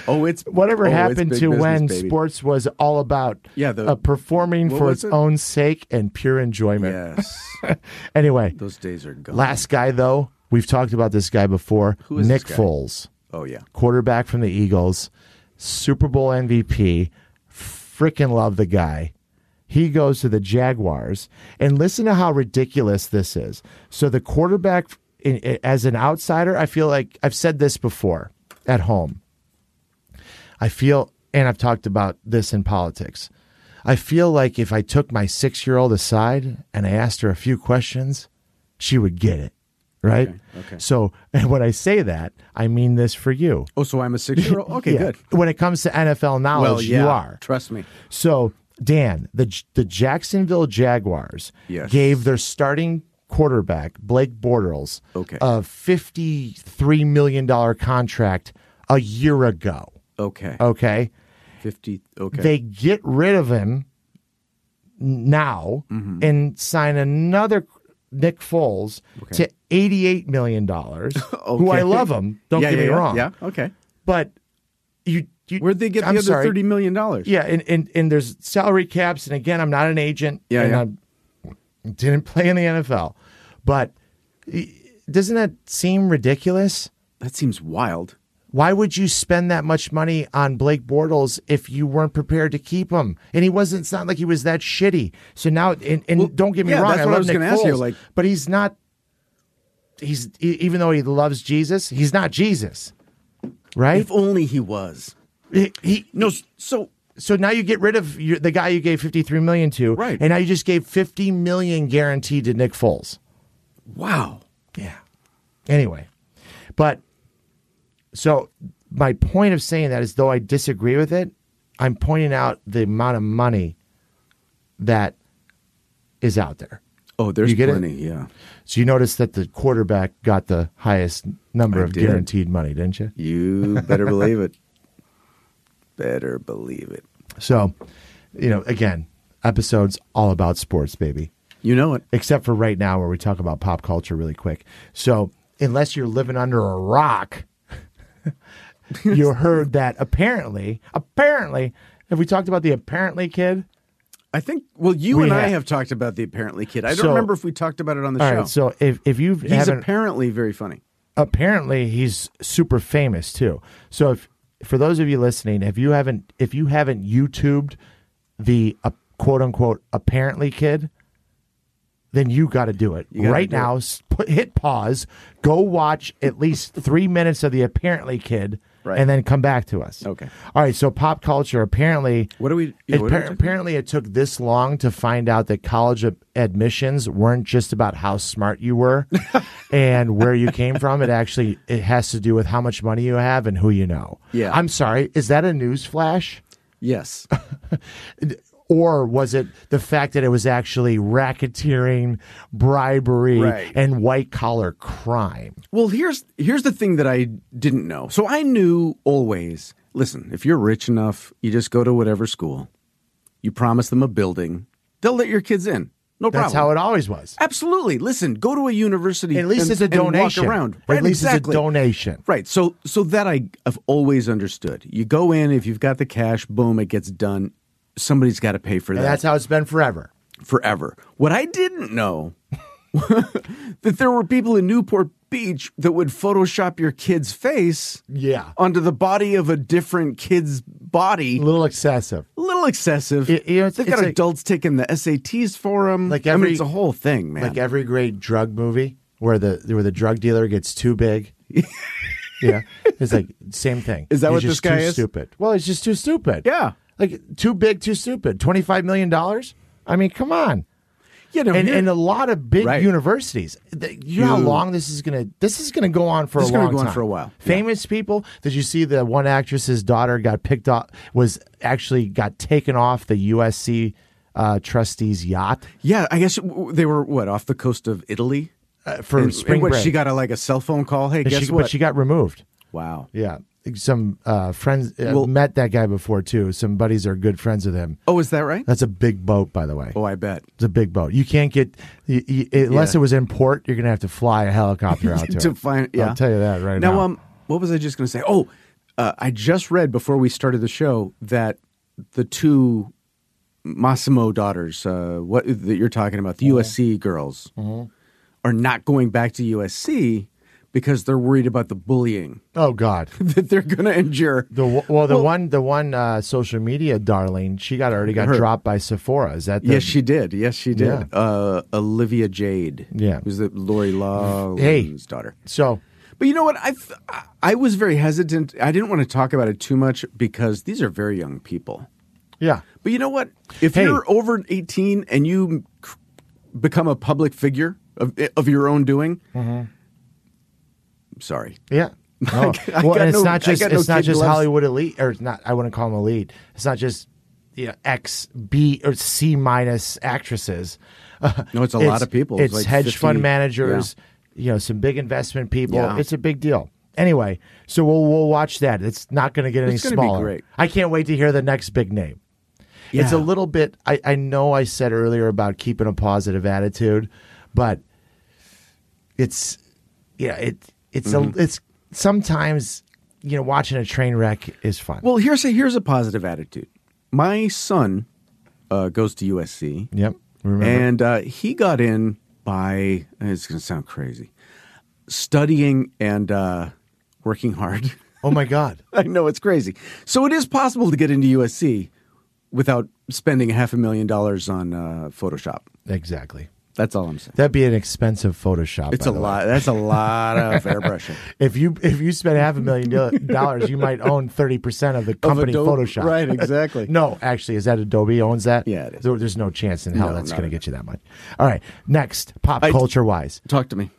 S4: Oh, it's
S3: whatever
S4: oh, it's
S3: happened
S4: big
S3: to
S4: business,
S3: when
S4: baby.
S3: sports was all about
S4: Yeah, the-
S3: uh, performing
S4: what
S3: for
S4: was
S3: its
S4: it?
S3: own sake and pure enjoyment.
S4: Yes,
S3: Anyway,
S4: those days are gone.
S3: last guy though, we've talked about this guy before.
S4: Who is
S3: Nick
S4: this guy?
S3: Foles,
S4: oh yeah,
S3: quarterback from the Eagles, Super Bowl MVP. Freaking love the guy. He goes to the Jaguars, and listen to how ridiculous this is. So the quarterback, in, in- as an outsider, I feel like I've said this before at home. I feel, and I've talked about this in politics. I feel like if I took my six year old aside and I asked her a few questions, she would get it. Right.
S4: okay.
S3: So, and when I say that, I mean this for you.
S4: Oh, so I'm a six year old? Okay,
S3: Yeah.
S4: good.
S3: When it comes to NFL knowledge,
S4: Well, yeah,
S3: you are.
S4: Trust me.
S3: So, Dan, the J- the Jacksonville Jaguars
S4: Yes.
S3: gave their starting quarterback Blake Bortles
S4: Okay.
S3: a fifty three million dollar contract a year ago. Uh,
S4: Okay.
S3: Okay,
S4: 50. Okay.
S3: they get rid of him now
S4: Mm-hmm.
S3: and sign another Nick Foles to $88 million, who I
S4: Okay.
S3: love him. Don't
S4: Yeah,
S3: get
S4: yeah,
S3: me
S4: yeah,
S3: wrong.
S4: Yeah. Okay.
S3: But you. you
S4: Where'd they get the
S3: I'm
S4: other
S3: sorry.
S4: thirty million dollars?
S3: Yeah, and, and and there's salary caps, and again, I'm not an agent.
S4: Yeah,
S3: and
S4: yeah.
S3: I'm- didn't play in the NFL, but y- doesn't that seem ridiculous?
S4: That seems wild.
S3: Why would you spend that much money on Blake Bortles if you weren't prepared to keep him? And he wasn't. It's not like he was that shitty. So now, and, and
S4: Well,
S3: don't get me
S4: yeah,
S3: wrong,
S4: that's
S3: I
S4: what I
S3: love
S4: was
S3: Nick
S4: gonna ask you,
S3: Foles,
S4: like-
S3: but he's not. He's e- even though he loves Jesus, he's not Jesus, right?
S4: If only he was.
S3: He- he,
S4: No. s- So
S3: so now you get rid of your, the guy you gave 53 million to
S4: Right.
S3: and now you just gave 50 million guaranteed to nick foles
S4: wow.
S3: yeah anyway but so my point of saying that is though i disagree with it i'm pointing out the amount of money that is out there
S4: Oh, there's
S3: You get it?
S4: plenty. Yeah.
S3: so you notice that the quarterback got the highest number
S4: I
S3: of
S4: did.
S3: guaranteed money didn't you
S4: You better believe it. Better believe it.
S3: so you know again episodes all about sports baby
S4: You know it.
S3: except for right now where we talk about pop culture really quick. So, unless you're living under a rock, you heard that apparently, apparently, have we talked about the apparently kid?
S4: I think. Well, you
S3: We
S4: and I
S3: have.
S4: have talked about the apparently kid. I don't
S3: So-
S4: remember if we talked about it on the
S3: All
S4: show.
S3: right. So, if, if you
S4: He's
S3: haven't,
S4: apparently very funny.
S3: apparently he's super famous too. So, if for those of you listening, if you haven't, if you haven't YouTubed the uh, quote unquote apparently kid, then you got to do it
S4: gotta
S3: right
S4: do
S3: now. s- Put, hit pause, go watch at least three minutes of the apparently kid,
S4: Right.
S3: and then come back to us.
S4: Okay.
S3: All right. So pop culture apparently.
S4: What do we- yeah,
S3: it
S4: what do we
S3: par-
S4: do?
S3: apparently, it took this long to find out that college ad- admissions weren't just about how smart you were and where you came from. It actually it has to do with how much money you have and who you know.
S4: Yeah.
S3: I'm sorry. Is that a news flash?
S4: Yes.
S3: or was it the fact that it was actually racketeering, bribery,
S4: Right.
S3: and white collar crime?
S4: Well, here's here's the thing that I didn't know. So I knew always. Listen, if you're rich enough, you just go to whatever school. You promise them a building, they'll let your kids in. No problem.
S3: That's how it always was.
S4: Absolutely. Listen, go to a university.
S3: At least
S4: and-
S3: it's a
S4: and walk
S3: donation.
S4: around.
S3: At
S4: Right,
S3: least
S4: exactly.
S3: it's a donation.
S4: Right. So so that I have always understood. You go in if you've got the cash, boom, it gets done. Somebody's got to pay for
S3: And
S4: that
S3: that's how it's been forever.
S4: forever. What I didn't know that there were people in Newport Beach that would Photoshop your kid's face
S3: Yeah.
S4: onto the body of a different kid's body.
S3: A little excessive.
S4: A little excessive.
S3: It- you know, it's-
S4: They've got
S3: it's a-
S4: adults taking the SATs for them.
S3: Like
S4: I
S3: every-
S4: mean, it's a whole thing, man.
S3: Like e-, every great drug movie where the where the drug dealer gets too big. yeah. It's like same thing.
S4: Is that
S3: He's
S4: what this
S3: just
S4: guy
S3: too
S4: is?
S3: stupid. Well, it's just too stupid.
S4: Yeah.
S3: Like too big, too stupid. Twenty five million dollars? I mean, come on.
S4: you know,
S3: and,
S4: here-
S3: and a lot of big
S4: Oh, Right.
S3: universities. Th- You know how
S4: You-
S3: long this is gonna this is gonna go on for a
S4: This is gonna
S3: long
S4: go on
S3: time.
S4: for a while.
S3: Famous people. Did you see the one actress's daughter got picked up? Was actually got taken off the USC uh, trustees yacht
S4: yeah, I guess w- they were what off the coast of Italy
S3: uh, for
S4: And-
S3: spring
S4: and what,
S3: break.
S4: She got a, like a cell phone call. Hey,
S3: And
S4: guess
S3: she-
S4: what?
S3: But she got removed.
S4: wow.
S3: Yeah, some uh, friends uh,
S4: Well-
S3: met that guy before too. Some buddies are good friends with him.
S4: Oh, is that right?
S3: That's a big boat, by the way.
S4: Oh, I bet.
S3: It's a big boat. You can't get y y unless
S4: Yeah.
S3: it was in port. You're gonna have to fly a helicopter out to,
S4: to
S3: it.
S4: find, yeah.
S3: I'll tell you that right now.
S4: now, um, what was I just going to say? Oh, uh, I just read before we started the show that the two Massimo daughters, uh, what that you're talking about,
S3: Mm-hmm.
S4: the USC girls, are not going back to USC because they're worried about the bullying
S3: oh God,
S4: that they're going to endure.
S3: the w- well, the one, the one uh, social media darling, she got already got
S4: Her.
S3: dropped by Sephora. Is that the,
S4: Yes, she did. Yes, she did.
S3: Yeah.
S4: Uh, Olivia Jade.
S3: Yeah.
S4: Who's the Lori Loughlin's
S3: Hey.
S4: daughter.
S3: So
S4: But you know what? I I was very hesitant. I didn't want to talk about it too much because these are very young people.
S3: yeah,
S4: But you know what? If
S3: Hey.
S4: you're over 18 and you c- become a public figure of, of your own doing,
S3: Mm-hmm.
S4: sorry.
S3: yeah. No.
S4: I
S3: well,
S4: got
S3: and it's
S4: no- I
S3: not just
S4: got no
S3: it's not
S4: kid
S3: just
S4: gloves.
S3: Hollywood elite, or it's not. I wouldn't call them elite. It's not just you know, X B or C minus actresses.
S4: No, it's a lot of people.
S3: It's,
S4: like
S3: hedge
S4: 50
S3: fund
S4: yeah.
S3: managers, you know, some big investment people.
S4: Yeah.
S3: It's a big deal. Anyway, so we'll we'll watch that. It's not going to get any
S4: It's gonna be
S3: smaller.
S4: great.
S3: I can't wait to hear the next big name. It's a
S4: Yeah.
S3: little bit. I, I know I said earlier about keeping a positive attitude, but it's yeah it it's
S4: Mm-hmm.
S3: a it's sometimes you know watching a train wreck is fun.
S4: Well, here's a here's a positive attitude. My son uh, goes to USC,
S3: yep. Remember.
S4: and uh, he got in by it's going to sound crazy, studying and uh, working hard.
S3: oh my god.
S4: I know it's crazy. So it is possible to get into USC without spending a half a million dollars on uh, Photoshop.
S3: Exactly.
S4: That's all I'm saying.
S3: That'd be an expensive Photoshop.
S4: It's
S3: by
S4: a
S3: the way.
S4: lot. That's a lot of airbrushing.
S3: If you if you spend half a million do- dollars, you might own thirty percent of the company
S4: Adobe-
S3: Photoshop.
S4: right, exactly.
S3: no, actually, is that Adobe owns that?
S4: Yeah, it is.
S3: There- there's no chance in hell
S4: No,
S3: that's
S4: not
S3: going to
S4: at
S3: get you that much. All right, next pop
S4: I-
S3: culture wise,
S4: Talk to me.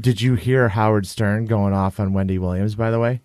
S3: did you hear Howard Stern going off on Wendy Williams? By the way.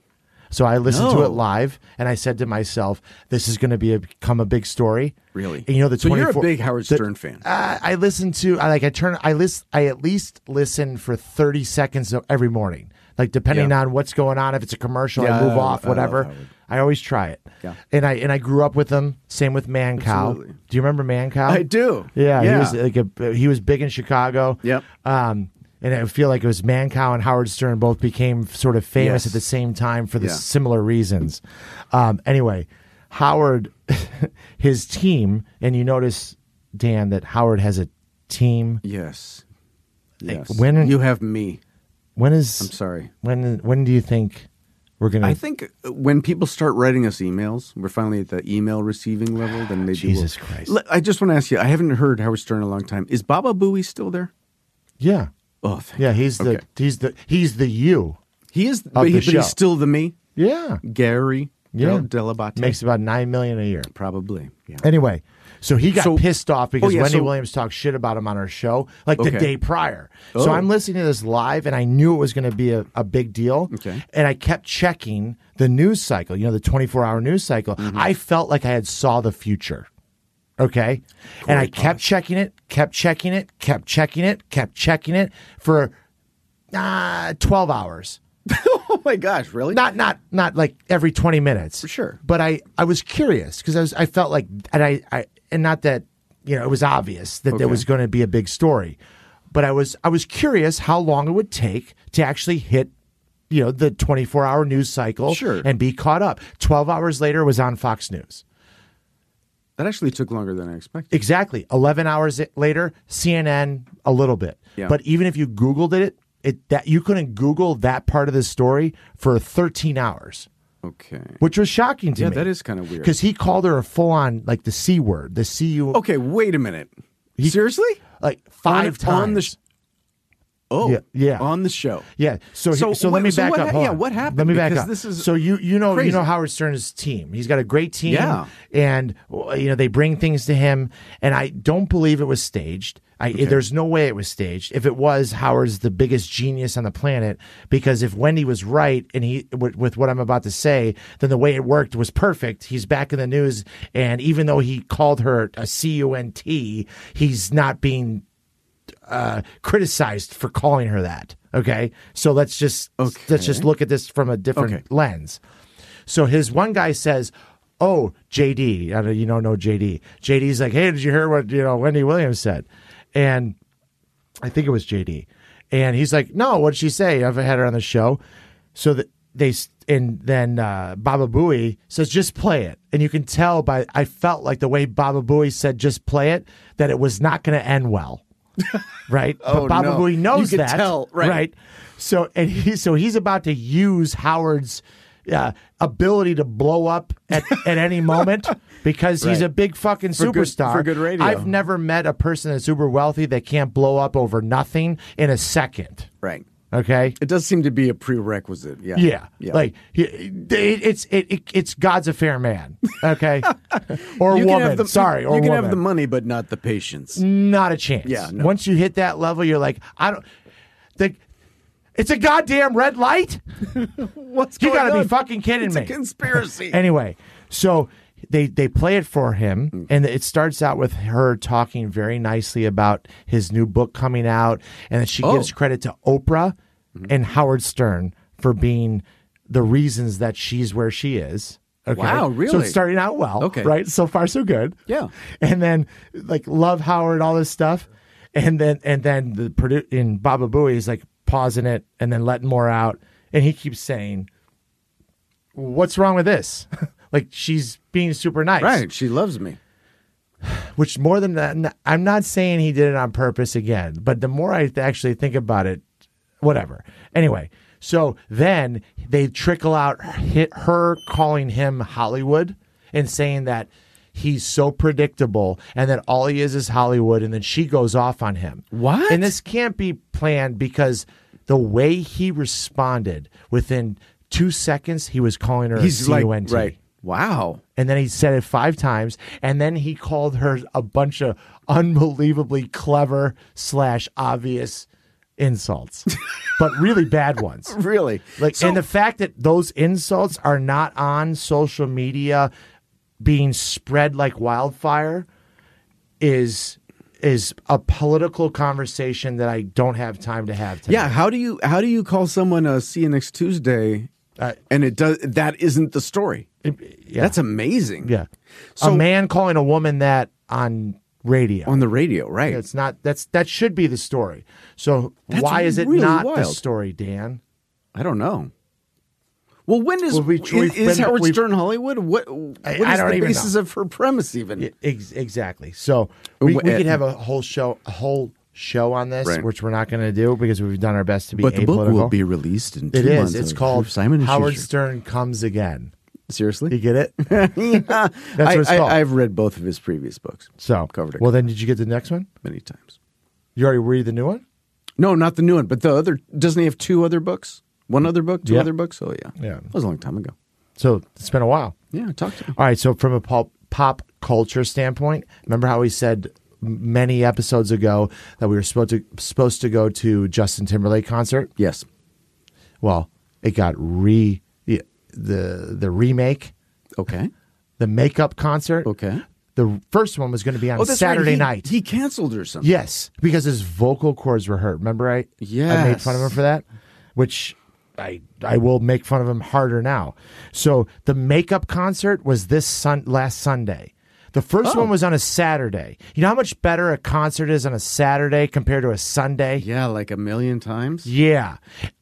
S3: So I listened to
S4: No.
S3: it live, and I said to myself, "This is going to be a, become a big story."
S4: Really?
S3: And you know the
S4: so you're a
S3: 24
S4: big Howard
S3: the-
S4: Stern fan.
S3: uh, I listen to I like I turn I list I at least listen for thirty seconds of every morning. Like depending
S4: Yeah.
S3: on what's going on, if it's a commercial,
S4: Yeah,
S3: I move
S4: I-
S3: off,
S4: I
S3: whatever.
S4: love Howard.
S3: I, always try it.
S4: Yeah.
S3: And I and I grew up with him. Same with Man Cow.
S4: Absolutely.
S3: Do you remember Man Cow?
S4: I do.
S3: Yeah,
S4: Yeah.
S3: He was like a, he was big in Chicago.
S4: Yep.
S3: Um, and I feel like it was Mancow and Howard Stern both became sort of famous
S4: Yes.
S3: at the same time for the
S4: Yeah.
S3: similar reasons. Um, anyway, Howard, his team, and you notice Dan that Howard has a team.
S4: yes. Yes.
S3: when-
S4: you have me.
S3: When is
S4: I'm sorry.
S3: when when do you think we're gonna?
S4: I think uh, when people start writing us emails, we're finally at the email receiving level. Then maybe
S3: Ah, Jesus
S4: we'll-
S3: Christ.
S4: Le- I just want to ask you. I haven't heard Howard Stern in a long time. Is Baba Booey still there?
S3: yeah,
S4: Oh, thank
S3: yeah. He's the
S4: Okay.
S3: he's the he's the you.
S4: He is, but, he,
S3: the
S4: but
S3: show.
S4: he's still the me,
S3: Yeah,
S4: Gary.
S3: Yeah.
S4: Del- Delabate.
S3: makes about nine million a year.
S4: probably. Yeah.
S3: Anyway, so he got
S4: So-
S3: pissed off because
S4: Oh, yeah,
S3: Wendy
S4: so-
S3: Williams talked shit about him on her show like the
S4: Okay.
S3: day prior. So
S4: Oh.
S3: I'm listening to this live and I knew it was going to be a, a big deal.
S4: Okay.
S3: And I kept checking the news cycle, you know, the 24 hour news cycle.
S4: Mm-hmm.
S3: I felt like I had saw the future. Okay. and I kept checking it, kept checking it, kept checking it, kept checking it for uh, 12 hours
S4: Oh my gosh! Really?
S3: not not not like every 20 minutes for
S4: sure.
S3: but i i was curious because i was i felt like and i i and not that you know it was obvious that there
S4: Okay.
S3: was going to be a big story but i was i was curious how long it would take to actually hit you know the 24 hour news cycle
S4: Sure.
S3: and be caught up 12 hours later it was on fox news
S4: that actually took longer than I expected.
S3: Exactly. 11 hours i- later, CNN a little bit.
S4: Yeah.
S3: But even if you googled it, it that you couldn't google that part of the story for 13 hours,
S4: Okay.
S3: which was shocking to
S4: Yeah,
S3: me.
S4: that is kind of weird.
S3: Cuz he called her a full on like the C word, the C U
S4: Okay, wait a minute. Seriously?
S3: like 5 times.
S4: on, On the sh- oh,
S3: Yeah, yeah.
S4: on the show.
S3: Yeah. So so,
S4: So
S3: so let
S4: wait,
S3: me
S4: so
S3: back
S4: what
S3: up.
S4: ha-
S3: Hold
S4: yeah,
S3: on.
S4: what happened?
S3: Let me back
S4: Because
S3: up.
S4: this is
S3: so you you know you
S4: crazy.
S3: know Howard Stern's team. He's got a great team.
S4: Yeah.
S3: And well, you know they bring things to him, and I don't believe it was staged. I, There's no way it was staged. If it was, Howard's the biggest genius on the planet because if Wendy was right and he with, with what I'm about to say, then the way it worked was perfect. He's back in the news, and even though he called her a C U N T, he's not being uh, criticized for calling her that. Okay, so let's just let's just look at this from a different
S4: Okay.
S3: lens. So his one guy says, "Oh, JD, I don't, you don't know JD." JD's like, "Hey, did you hear what you know Wendy Williams said?" And I think it was JD, and he's like, "No, what'd she say? I've had her on the show." So that they s- and then uh, Baba Booey says, "Just play it," and you can tell by I felt like the way Baba Booey said, "Just play it," that it was not going to end well right?
S4: Oh,
S3: but Baba
S4: no.
S3: Booey knows
S4: You could
S3: that,
S4: tell, right.
S3: So and he so he's about to use Howard's uh, ability to blow up at, at any moment because he's
S4: Right.
S3: a big fucking
S4: For good-
S3: superstar
S4: for good radio.
S3: I've never met a person that's super wealthy that can't blow up over nothing in a second.
S4: Right.
S3: Okay.
S4: It does seem to be a prerequisite. Yeah.
S3: Yeah.
S4: Yeah.
S3: Like he- it, it's it, it it's God's a fair man. Okay. or
S4: You can
S3: woman.
S4: have the-
S3: Sorry.
S4: You,
S3: or
S4: you can
S3: woman.
S4: have the money, but not the patience.
S3: Not a chance.
S4: Yeah, no.
S3: Once you hit that level, you're like, I don't. The, it's a goddamn red light.
S4: What's
S3: You
S4: going
S3: gotta
S4: on?
S3: be fucking kidding
S4: It's
S3: me.
S4: a conspiracy.
S3: Anyway, so they they play it for him,
S4: Mm.
S3: and it starts out with her talking very nicely about his new book coming out, and then she
S4: Oh. Mm-hmm.
S3: gives credit to Oprah and Howard Stern for being the reasons that she's where she is. Okay.
S4: Wow,
S3: So
S4: really?
S3: it's starting out well.
S4: Okay.
S3: Right. So far, so good.
S4: Yeah.
S3: And then like love Howard, all this stuff, and then and then the produ- in Baba Booey is like pausing it and then letting more out, and he keeps saying, "What's wrong with this?" like she's being super nice,
S4: Right. She loves me.
S3: Which more than that, n- I'm not saying he did it on purpose again, but the more I th- actually think about it, whatever. Anyway, so then they trickle out hit her calling him Hollywood and saying that he's so predictable and that all he is is Hollywood, and then she goes off on him.
S4: What?
S3: And this can't be planned because the way he responded within two seconds, he was calling her a
S4: He's like,
S3: C-U-N-T
S4: right. Wow.
S3: and then he said it five times and then he called her a bunch of unbelievably clever slash obvious insults but really bad ones
S4: Really?
S3: like and the fact that those insults are not on social media being spread like wildfire is is a political conversation that I don't have time to have today.
S4: Yeah, how do you how do you call someone uh, see you next Tuesday
S3: Uh,
S4: and it does that isn't the story.
S3: yeah.
S4: That's amazing.
S3: yeah.
S4: So-
S3: a man calling a woman that on radio.
S4: On the radio, right?
S3: It's not that's that should be the story. So
S4: That's
S3: why is it
S4: really
S3: not the
S4: wild.
S3: story, Dan?
S4: I don't know. Well, when is
S3: Well, we-
S4: is,
S3: we've
S4: is
S3: been-
S4: Howard
S3: we've-
S4: Stern Hollywood? What, what
S3: I-
S4: is
S3: I don't
S4: the
S3: even
S4: basis
S3: know.
S4: of her premise even?
S3: E, Ex- exactly. So we, we
S4: Wh-
S3: could have a whole show, a whole show on this,
S4: Right.
S3: which we're not going to do because we've done our best to be.
S4: but the book will
S3: apolitical.
S4: be released in two
S3: It is.
S4: months.
S3: It's
S4: of
S3: called
S4: Simon and
S3: Howard
S4: Schuster.
S3: Stern comes again. You
S4: Seriously,
S3: get it?
S4: I,
S3: what it's called.
S4: I, have read both of his previous books
S3: So
S4: Covered it.
S3: Well, then did you get the next one?
S4: many times.
S3: You already read the new one?
S4: No, not the new one, but the other. Doesn't he have two other books? One other book, two
S3: Yeah.
S4: other books. Oh yeah,
S3: Yeah.
S4: That was a long time ago.
S3: So it's been a while.
S4: Yeah, talk to him.
S3: All right. So from a pop pop culture standpoint, remember how we said many episodes ago that we were supposed to supposed to go to Justin Timberlake concert?
S4: Yes.
S3: Well, it got re the the remake,
S4: Okay.
S3: the makeup concert.
S4: Okay.
S3: The first one was going to be on
S4: Oh, that's
S3: Saturday
S4: right. He-
S3: night.
S4: He canceled or something.
S3: yes, because his vocal cords were hurt. Remember, I I made
S4: Yes.
S3: fun of him for that, which I I will make fun of him harder now. So the makeup concert was this sun last Sunday. The first one was on a Saturday. You know how much better a concert is on a Saturday compared to a Sunday.
S4: Yeah, like a million times.
S3: Yeah.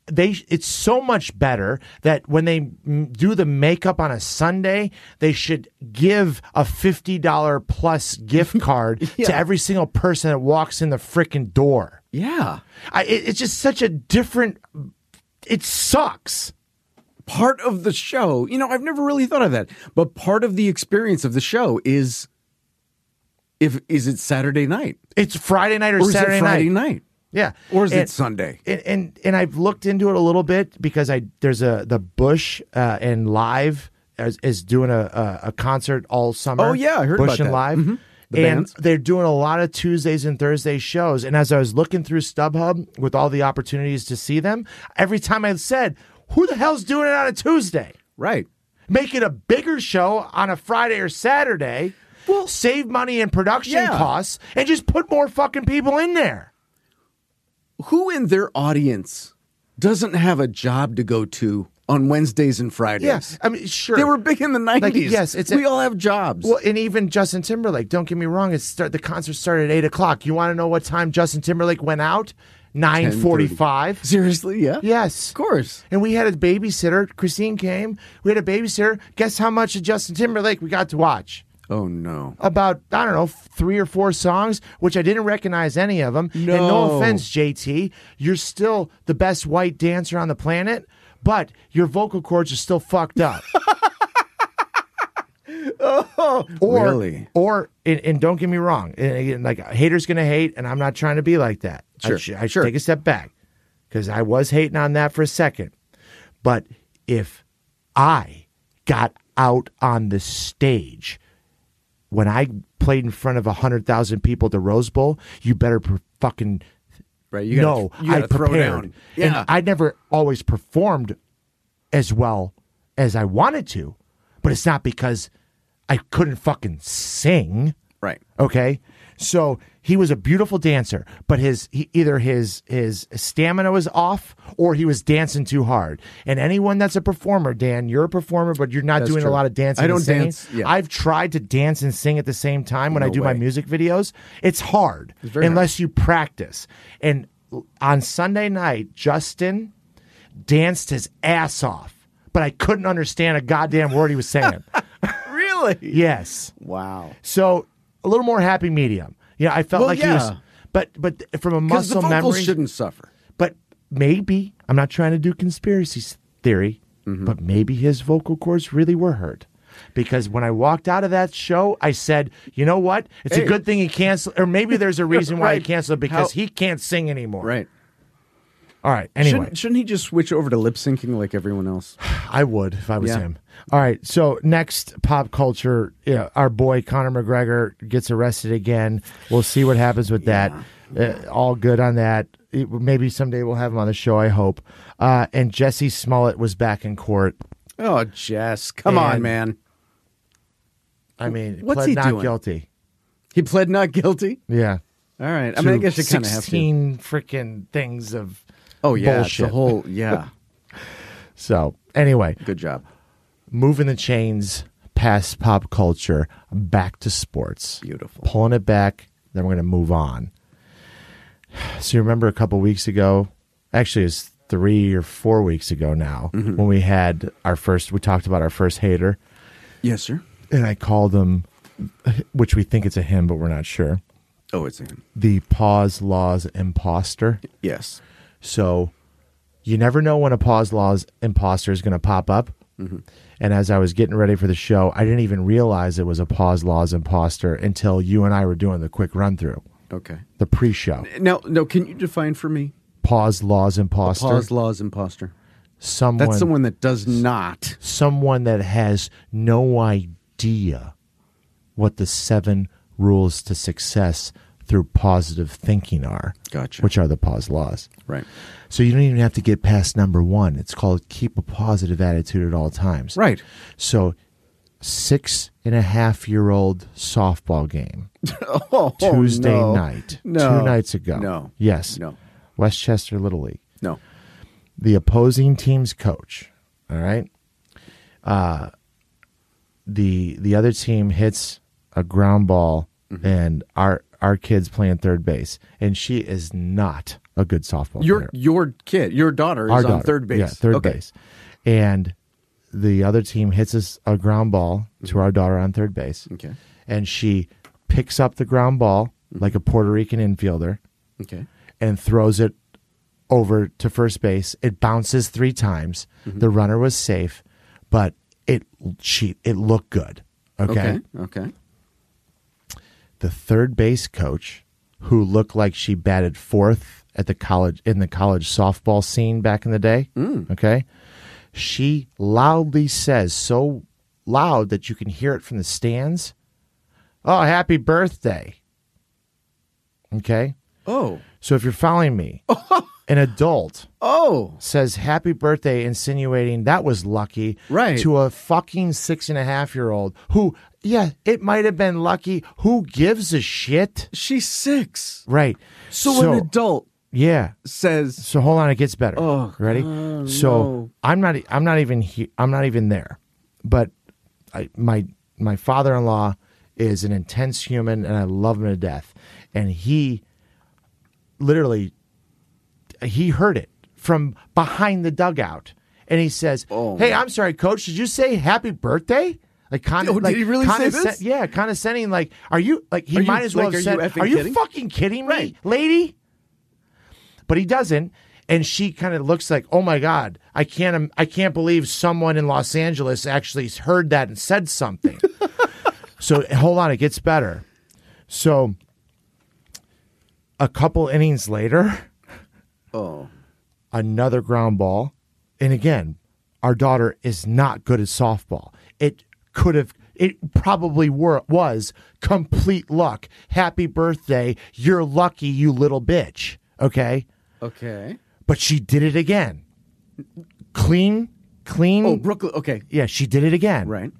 S3: They it's so much better that when they mm, do the makeup on a Sunday, they should give a $50 plus gift card
S4: Yeah.
S3: to every single person that walks in the frickin' door.
S4: Yeah.
S3: I, it, it's just such a different it sucks.
S4: Part of the show, you know, I've never really thought of that, but part of the experience of the show is if is it Saturday night
S3: It's Friday night or,
S4: or
S3: Saturday
S4: is it Friday
S3: night.
S4: night?
S3: Yeah.
S4: Or is
S3: And-
S4: it Sunday?
S3: and, and and I've looked into it a little bit because I there's a the Bush uh, and Live is, is doing a, a a concert all summer.
S4: Oh, yeah, I heard
S3: Bush
S4: about
S3: and
S4: that. Mm-hmm.
S3: Live.
S4: The
S3: and
S4: bands.
S3: they're doing a lot of Tuesdays and Thursday shows. And as I was looking through StubHub with all the opportunities to see them, every time I said, "Who the hell's doing it on a Tuesday?"
S4: Right.
S3: Make it a bigger show on a Friday or Saturday.
S4: Well-
S3: save money in production
S4: Yeah.
S3: costs and just put more fucking people in there.
S4: Who in their audience doesn't have a job to go to on Wednesdays and Fridays?
S3: Yes, I mean, sure.
S4: They were big in the 90s.
S3: yes, it's a-
S4: we all have jobs.
S3: Well, and even Justin Timberlake. Don't get me wrong. It start the concert started at eight o'clock. You want to know what time Justin Timberlake went out? Nine forty-five.
S4: Seriously, yeah?
S3: Yes.
S4: Of course.
S3: And we had a babysitter. Christine came. We had a babysitter. Guess how much of Justin Timberlake we got to watch?
S4: Oh no.
S3: About I don't know three or four songs, which I didn't recognize any of them. And no
S4: No.
S3: offense, JT, you're still the best white dancer on the planet, but your vocal cords are still fucked up. or
S4: Really?
S3: or and, and don't get me wrong and again, like a haters gonna hate and i'm not trying to be like that i,
S4: Sure,
S3: sh- I should
S4: sure.
S3: take a step back because i was hating on that for a second but if i got out on the stage when i played in front of 100000 people at the rose bowl you better per- fucking
S4: Right, you gotta-
S3: know
S4: you gotta
S3: i
S4: throw
S3: prepared
S4: down. Yeah.
S3: and i never always performed as well as I wanted to, but it's not because I couldn't fucking sing.
S4: Right.
S3: Okay. So he was a beautiful dancer, but his he, either his his stamina was off or he was dancing too hard. And anyone that's a performer, Dan, you're a performer, but you're not
S4: That's
S3: doing
S4: true.
S3: a lot of dancing.
S4: I
S3: and
S4: don't
S3: singing.
S4: dance, yeah.
S3: I've tried to dance and sing at the same time when I
S4: No
S3: do my
S4: way.
S3: music videos. It's hard
S4: very hard.
S3: unless you practice. And on Sunday night, Justin danced his ass off, but I couldn't understand a goddamn word he was saying.
S4: Really?
S3: yes.
S4: Wow.
S3: So a little more happy medium. Yeah, I felt
S4: Well,
S3: like he was,
S4: yeah.
S3: but but from a
S4: Because the
S3: muscle
S4: vocals
S3: memory,
S4: shouldn't suffer.
S3: but maybe I'm not trying to do conspiracy s- theory,
S4: Mm-hmm.
S3: but maybe his vocal cords really were hurt. Because when I walked out of that show, I said, "You know what? It's a
S4: Hey.
S3: good thing he canceled, or maybe there's a reason why he
S4: Right.
S3: canceled because
S4: How-
S3: he can't sing anymore."
S4: Right.
S3: All right. Anyway,
S4: Shouldn't, shouldn't he just switch over to lip syncing like everyone else?
S3: I would if I was
S4: Yeah.
S3: him. All right. So next pop culture, yeah, our boy Conor McGregor gets arrested again. We'll see what happens with that. Uh, all good on that. It- maybe someday we'll have him on the show. I hope. Uh, and Jesse Smollett was back in court.
S4: Oh, Jess, come
S3: And-
S4: on, man.
S3: I mean,
S4: What's
S3: pled
S4: he
S3: not
S4: doing?
S3: guilty.
S4: He pled not guilty.
S3: Yeah.
S4: All right. I mean, I
S3: To
S4: guess you kind of have to.
S3: sixteen freaking things of
S4: Oh yeah, it's
S3: bullshit.
S4: the whole yeah.
S3: so anyway,
S4: Good job.
S3: moving the chains past pop culture back to sports.
S4: Beautiful.
S3: Pulling it back, then we're going to move on. So you remember a couple weeks ago, actually it's 3 or 4 weeks ago now when we had our first we talked about our first hater
S4: Yes, sir.
S3: and I called him which we think it's a him but we're not sure.
S4: Oh, it's him.
S3: The pause laws imposter.
S4: Yes.
S3: So you never know when a pause laws imposter is going to pop up.
S4: Mm-hmm.
S3: And as I was getting ready for the show, I didn't even realize it was a pause laws imposter until you and I were doing the quick run through,
S4: Okay.
S3: the pre show.
S4: Now, no. Can you define for me?
S3: Pause laws imposter.
S4: Pause laws imposter.
S3: someone,
S4: That's someone that does not.
S3: someone that has no idea what the seven rules to success through positive thinking are.
S4: Gotcha.
S3: Which are the pause laws.
S4: Right.
S3: So you don't even have to get past number one. It's called keep a positive attitude at all times.
S4: Right.
S3: So six and a half year old softball game
S4: Oh,
S3: Tuesday
S4: no.
S3: night.
S4: No.
S3: Two nights ago.
S4: No.
S3: Yes.
S4: No.
S3: Westchester Little League.
S4: No.
S3: The opposing team's coach. All right. Uh the the other team hits a ground ball
S4: Mm-hmm.
S3: and our our kid's playing third base. And she is not a good softball player.
S4: Your your kid, your daughter is
S3: Our
S4: on
S3: daughter.
S4: third base.
S3: Yeah, third
S4: Okay.
S3: base. And the other team hits us a ground ball to our daughter on third base.
S4: Mm-hmm. Okay. Mm-hmm.
S3: And she picks up the ground ball like a Puerto Rican infielder
S4: Okay.
S3: and throws it over to first base. It bounces three times.
S4: Mm-hmm.
S3: The runner was safe, but it she it looked good.
S4: Okay.
S3: Okay.
S4: Okay.
S3: The third base coach who looked like she batted fourth at the college in the college softball scene back in the day. Okay. She loudly says so loud that you can hear it from the stands. Oh, happy birthday. Okay.
S4: Oh.
S3: So if you're following me, an adult
S4: Oh.
S3: says happy birthday, insinuating that was lucky
S4: Right.
S3: to a fucking six and a half year old who, yeah, it might have been lucky. Who gives a shit?
S4: She's six.
S3: Right.
S4: So, an adult
S3: yeah.
S4: says,
S3: So hold on, it gets better.
S4: Oh,
S3: ready?
S4: God,
S3: so
S4: no.
S3: I'm not. I'm not even. He, I'm not even there. But I, my my father-in-law is an intense human, and I love him to death. And he literally he heard it from behind the dugout, and he says,
S4: Oh,
S3: "Hey,
S4: my-
S3: I'm sorry, coach. Did you say happy birthday?" Like, con-
S4: Oh, did
S3: like
S4: he really say
S3: condescend-
S4: this?
S3: Yeah, condescending. Like, are you like he
S4: Are you-
S3: might as well
S4: like,
S3: have
S4: are
S3: said,
S4: you effing
S3: "Are you
S4: kidding?"
S3: fucking kidding me,
S4: Right.
S3: lady?" but he doesn't and she kind of looks like oh my god i can't um, i can't believe someone in los angeles actually heard that and said something so hold on it gets better so a couple innings later
S4: "Oh,
S3: another ground ball. And again, our daughter is not good at softball. It could have it probably were was complete luck. Happy birthday. You're lucky, you little bitch. Okay?
S4: okay."
S3: But she did it again. Clean, clean.
S4: Oh, Brooklyn. Okay,
S3: yeah, she did it again.
S4: right.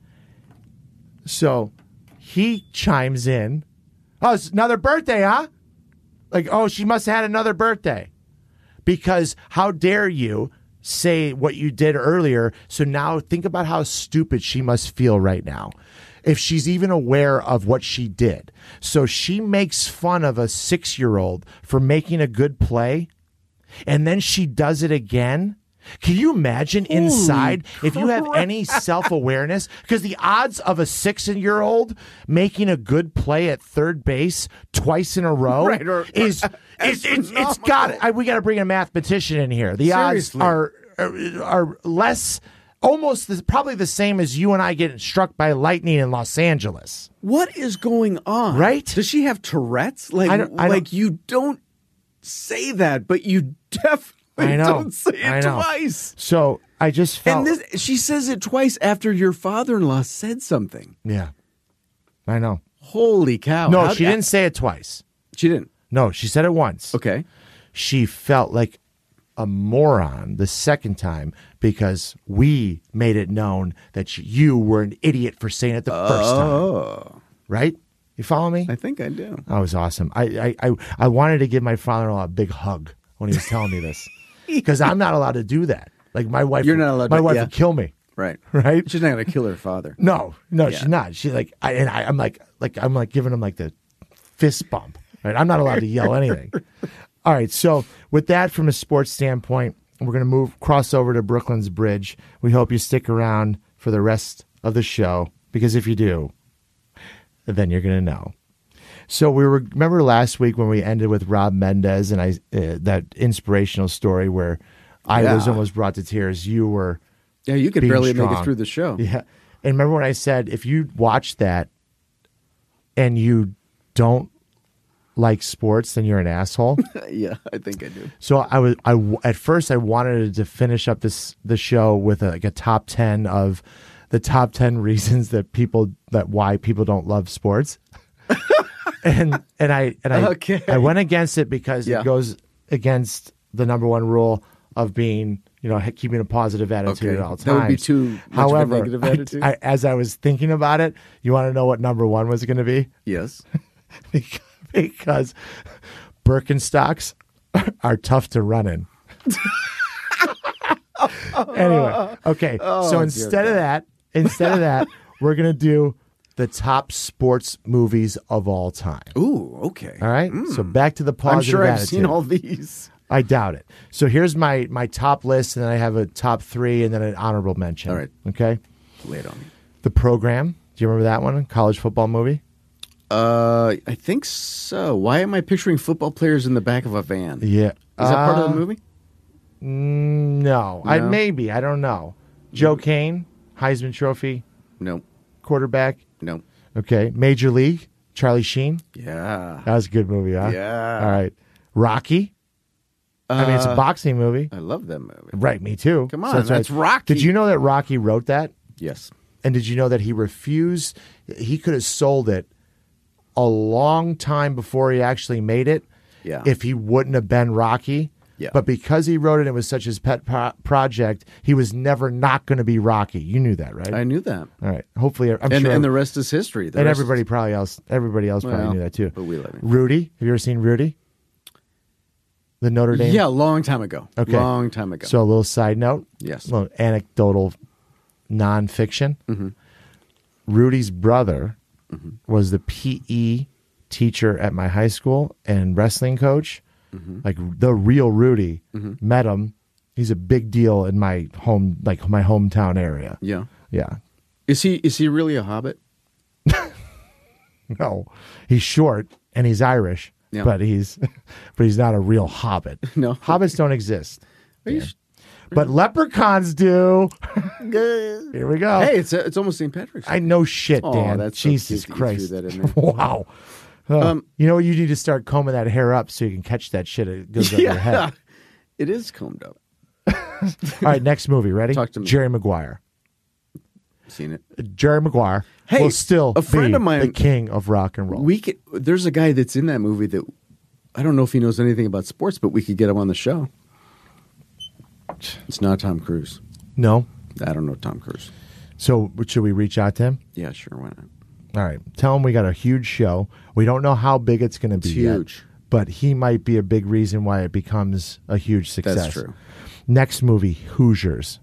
S3: So he chimes in Oh, it's another birthday, huh? Like, oh, she must have had another birthday. Because how dare you say what you did earlier? So now think about how stupid she must feel right now. If she's even aware of what she did. So she makes fun of a six year old for making a good play and then she does it again. Can you imagine inside if you have any self awareness? Because the odds of a six year old making a good play at third base twice in a row
S4: Right, or-
S3: is, is it's, it's got I, we got to bring a mathematician in here. The
S4: Seriously.
S3: odds are are are less, almost the, probably the same as you and I getting struck by lightning in Los Angeles.
S4: What is going on?
S3: Right?
S4: Does she have Tourette's? Like,
S3: I don't- I don't-
S4: like you don't say that, but you definitely
S3: I know.
S4: don't say it
S3: I know.
S4: twice.
S3: So I just felt
S4: And this, she says it twice after your father-in-law said something.
S3: yeah, I know.
S4: Holy cow!
S3: No,
S4: Oh, How'd-
S3: she didn't say it twice.
S4: She didn't.
S3: No, she said it once.
S4: Okay.
S3: she felt like a moron the second time because we made it known that you were an idiot for saying it the first
S4: Uh-huh.
S3: time. Right? You follow me?
S4: Oh, I think I do.
S3: That was awesome. I, I, I, I wanted to give my father in law a big hug when he was telling me this because I'm not allowed to do that. Like my wife,
S4: You're not allowed
S3: My
S4: to-
S3: wife
S4: yeah.
S3: would kill me.
S4: Right.
S3: Right?
S4: She's not gonna kill her father.
S3: No, no,
S4: Yeah.
S3: she's not. She's like, I, and I, I'm like, like I'm like giving him like the fist bump. Right? I'm not allowed to yell anything. All right. So with that, from a sports standpoint, we're gonna move cross over to Brooklyn's Bridge. We hope you stick around for the rest of the show because if you do, then you're gonna know. So we were, remember last week when we ended with Rob Mendez and I uh, that inspirational story where I was
S4: Yeah.
S3: almost brought to tears. You were
S4: Yeah, you could
S3: being
S4: barely make
S3: strong.
S4: it through the show.
S3: yeah. And remember when I said if you watch that and you don't like sports, then you're an asshole.
S4: yeah, I think I do.
S3: so I was I w- at first I wanted to finish up this the show with a, like a top ten of the top ten reasons that people that why people don't love sports. and and I and I
S4: Okay.
S3: I went against it because
S4: Yeah.
S3: it goes against the number one rule of being you know keeping a positive attitude
S4: Okay.
S3: at all times.
S4: That would be too much of a
S3: However,
S4: negative
S3: I-
S4: attitude.
S3: I, as I was thinking about it, you want to know what number one was going to be
S4: Yes.
S3: Beca- because Birkenstocks are tough to run in. anyway, okay.
S4: Oh,
S3: so instead of that, instead of that, we're gonna do the top sports movies of all time.
S4: Ooh. Okay.
S3: All right. So back to the
S4: Mm. I'm
S3: positive
S4: sure I've
S3: attitude.
S4: seen all these.
S3: I doubt it. So here's my my top list, and then I have a top three, and then an honorable mention.
S4: All right.
S3: Okay.
S4: Lay it on me.
S3: The program. Do you remember that one? College football movie.
S4: Uh, I think so. Why am I picturing football players in the back of a van? Is
S3: Yeah. Uh,
S4: that part of the movie?
S3: No, I
S4: No?
S3: maybe I don't know. Joe Kane, Heisman Trophy
S4: No.
S3: quarterback.
S4: No.
S3: Okay, Major League. Charlie Sheen.
S4: Yeah.
S3: That was a good movie, huh?
S4: Yeah.
S3: All right, Rocky. I mean, it's a boxing movie,
S4: I love that movie.
S3: right? Me too.
S4: Come on,
S3: So
S4: that's Rocky.
S3: Did you know that Rocky wrote that?
S4: Yes.
S3: And did you know that he refused? He could have sold it a long time before he actually made it.
S4: Yeah.
S3: If he wouldn't have been Rocky.
S4: Yeah.
S3: But because he wrote it, it was such his pet pro- project. He was never not going to be Rocky. You knew that, right?
S4: I knew that.
S3: All right. Hopefully, I'm
S4: And
S3: sure.
S4: and the rest is history. The
S3: and
S4: rest is-
S3: everybody probably else, everybody else
S4: Well,
S3: probably knew that too.
S4: but we love him.
S3: Rudy, have you ever seen Rudy? The Notre Dame.
S4: Yeah, long time ago.
S3: Okay.
S4: Long time ago.
S3: So a little side note.
S4: Yes. Mm-hmm.
S3: A little anecdotal nonfiction. Rudy's brother was the PE teacher at my high school and wrestling coach.
S4: Mm-hmm.
S3: Like the real Rudy. Met him. He's a big deal in my home, like my hometown area.
S4: yeah.
S3: Yeah.
S4: Is he is he really a hobbit?
S3: No, he's short and he's Irish,
S4: Yeah.
S3: but he's but he's not a real hobbit.
S4: No.
S3: hobbits don't exist,
S4: Are you sh- Mm-hmm.
S3: but leprechauns do. Here we go.
S4: Hey, it's it's almost St. Patrick's.
S3: I know shit,
S4: Aw,
S3: Dan.
S4: that's so
S3: Jesus
S4: cute that you
S3: Christ!
S4: threw that in there.
S3: wow. Ugh.
S4: Um,
S3: you know what? You need to start combing that hair up so you can catch that shit. It goes over your head. All
S4: It is combed up.
S3: right, next movie. Ready?
S4: Talk to me.
S3: Jerry Maguire.
S4: Seen it.
S3: Jerry Maguire
S4: Hey,
S3: will still
S4: a friend
S3: be
S4: of mine-
S3: the king of rock and roll.
S4: We could, there's a guy that's in that movie that I don't know if he knows anything about sports, but we could get him on the show. It's not Tom Cruise.
S3: no,
S4: I don't know Tom Cruise.
S3: so should we reach out to him?
S4: Yeah, sure, why not?
S3: All right. Tell him we got a huge show. We don't know how big it's going to be. yet,
S4: huge.
S3: but he might be a big reason why it becomes a huge success.
S4: true.
S3: Next movie, Hoosiers.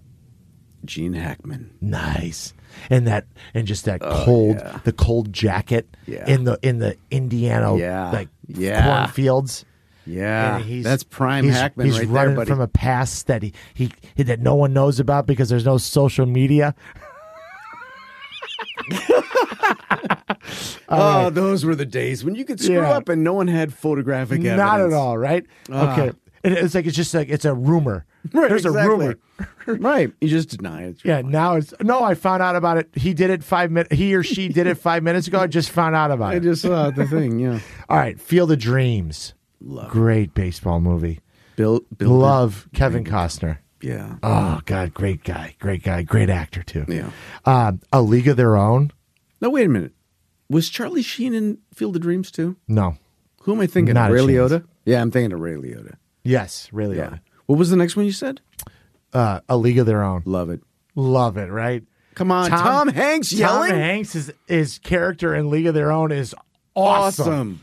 S4: Gene Hackman.
S3: Nice. And that and just that cold the cold jacket
S4: Oh, Yeah.
S3: in the in the Indiana
S4: Yeah.
S3: like
S4: Yeah.
S3: cornfields.
S4: Yeah,
S3: And he's-
S4: that's prime
S3: he's-
S4: Hackman
S3: he's
S4: right
S3: running
S4: there, buddy.
S3: from a past that he, he that no one knows about because there's no social media.
S4: oh, those were the days when you could screw
S3: Yeah.
S4: up and no one had photographic evidence.
S3: Not at all, right?
S4: Ah.
S3: okay. And it's like it's just like it's a rumor.
S4: Right,
S3: there's a
S4: exactly.
S3: rumor.
S4: right, you just deny it.
S3: Yeah, now it's no. I found out about it. He did it five minutes. He or she did it five minutes ago. I just found out about
S4: I
S3: it.
S4: just saw the thing. Yeah,
S3: All right, Field of Dreams.
S4: Love it.
S3: Great baseball movie.
S4: Bill, Bill
S3: Love Kevin Costner.
S4: Yeah,
S3: Oh God, great guy, great guy, great actor too.
S4: yeah.
S3: Uh, A League of Their Own.
S4: Now wait a minute. Was Charlie Sheen in Field of Dreams too?
S3: No.
S4: Who am I thinking?
S3: Not
S4: of?
S3: a
S4: Ray
S3: chance.
S4: Liotta. Yeah, I'm thinking of Ray Liotta.
S3: Yes, really.
S4: Yeah. What was the next one you said?
S3: Uh, A League of Their Own.
S4: Love it.
S3: Love it, right?
S4: Come on, Tom Hanks yelling?
S3: Tom Hanks is his character in League of Their Own is awesome.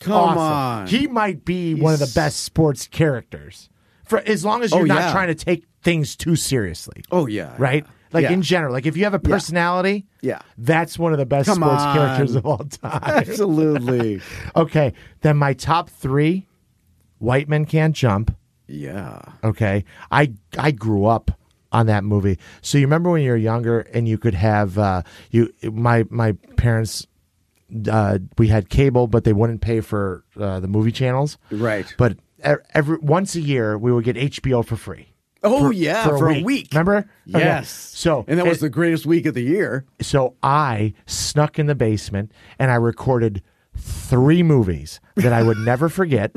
S4: Come
S3: Awesome.
S4: on.
S3: He might be one of the
S4: He's-
S3: best sports characters for as long as you're
S4: Oh,
S3: not
S4: yeah.
S3: trying to take things too seriously.
S4: oh yeah.
S3: right? Like
S4: Yeah.
S3: in general, like if you have a personality,
S4: Yeah.
S3: that's one of the best
S4: Come
S3: sports
S4: on.
S3: characters of all time.
S4: Absolutely.
S3: okay, then my top three: White Men Can't Jump.
S4: yeah.
S3: Okay, I I grew up on that movie. So you remember when you were younger and you could have uh, you my my parents. Uh, we had cable, but they wouldn't pay for uh, the movie channels.
S4: Right.
S3: But e- every once a year, we would get HBO for free.
S4: Oh yeah. For, a, week.
S3: Remember? Okay.
S4: Yes.
S3: So
S4: and that was
S3: it-
S4: the greatest week of the year.
S3: so I snuck in the basement and I recorded three movies that I would never forget,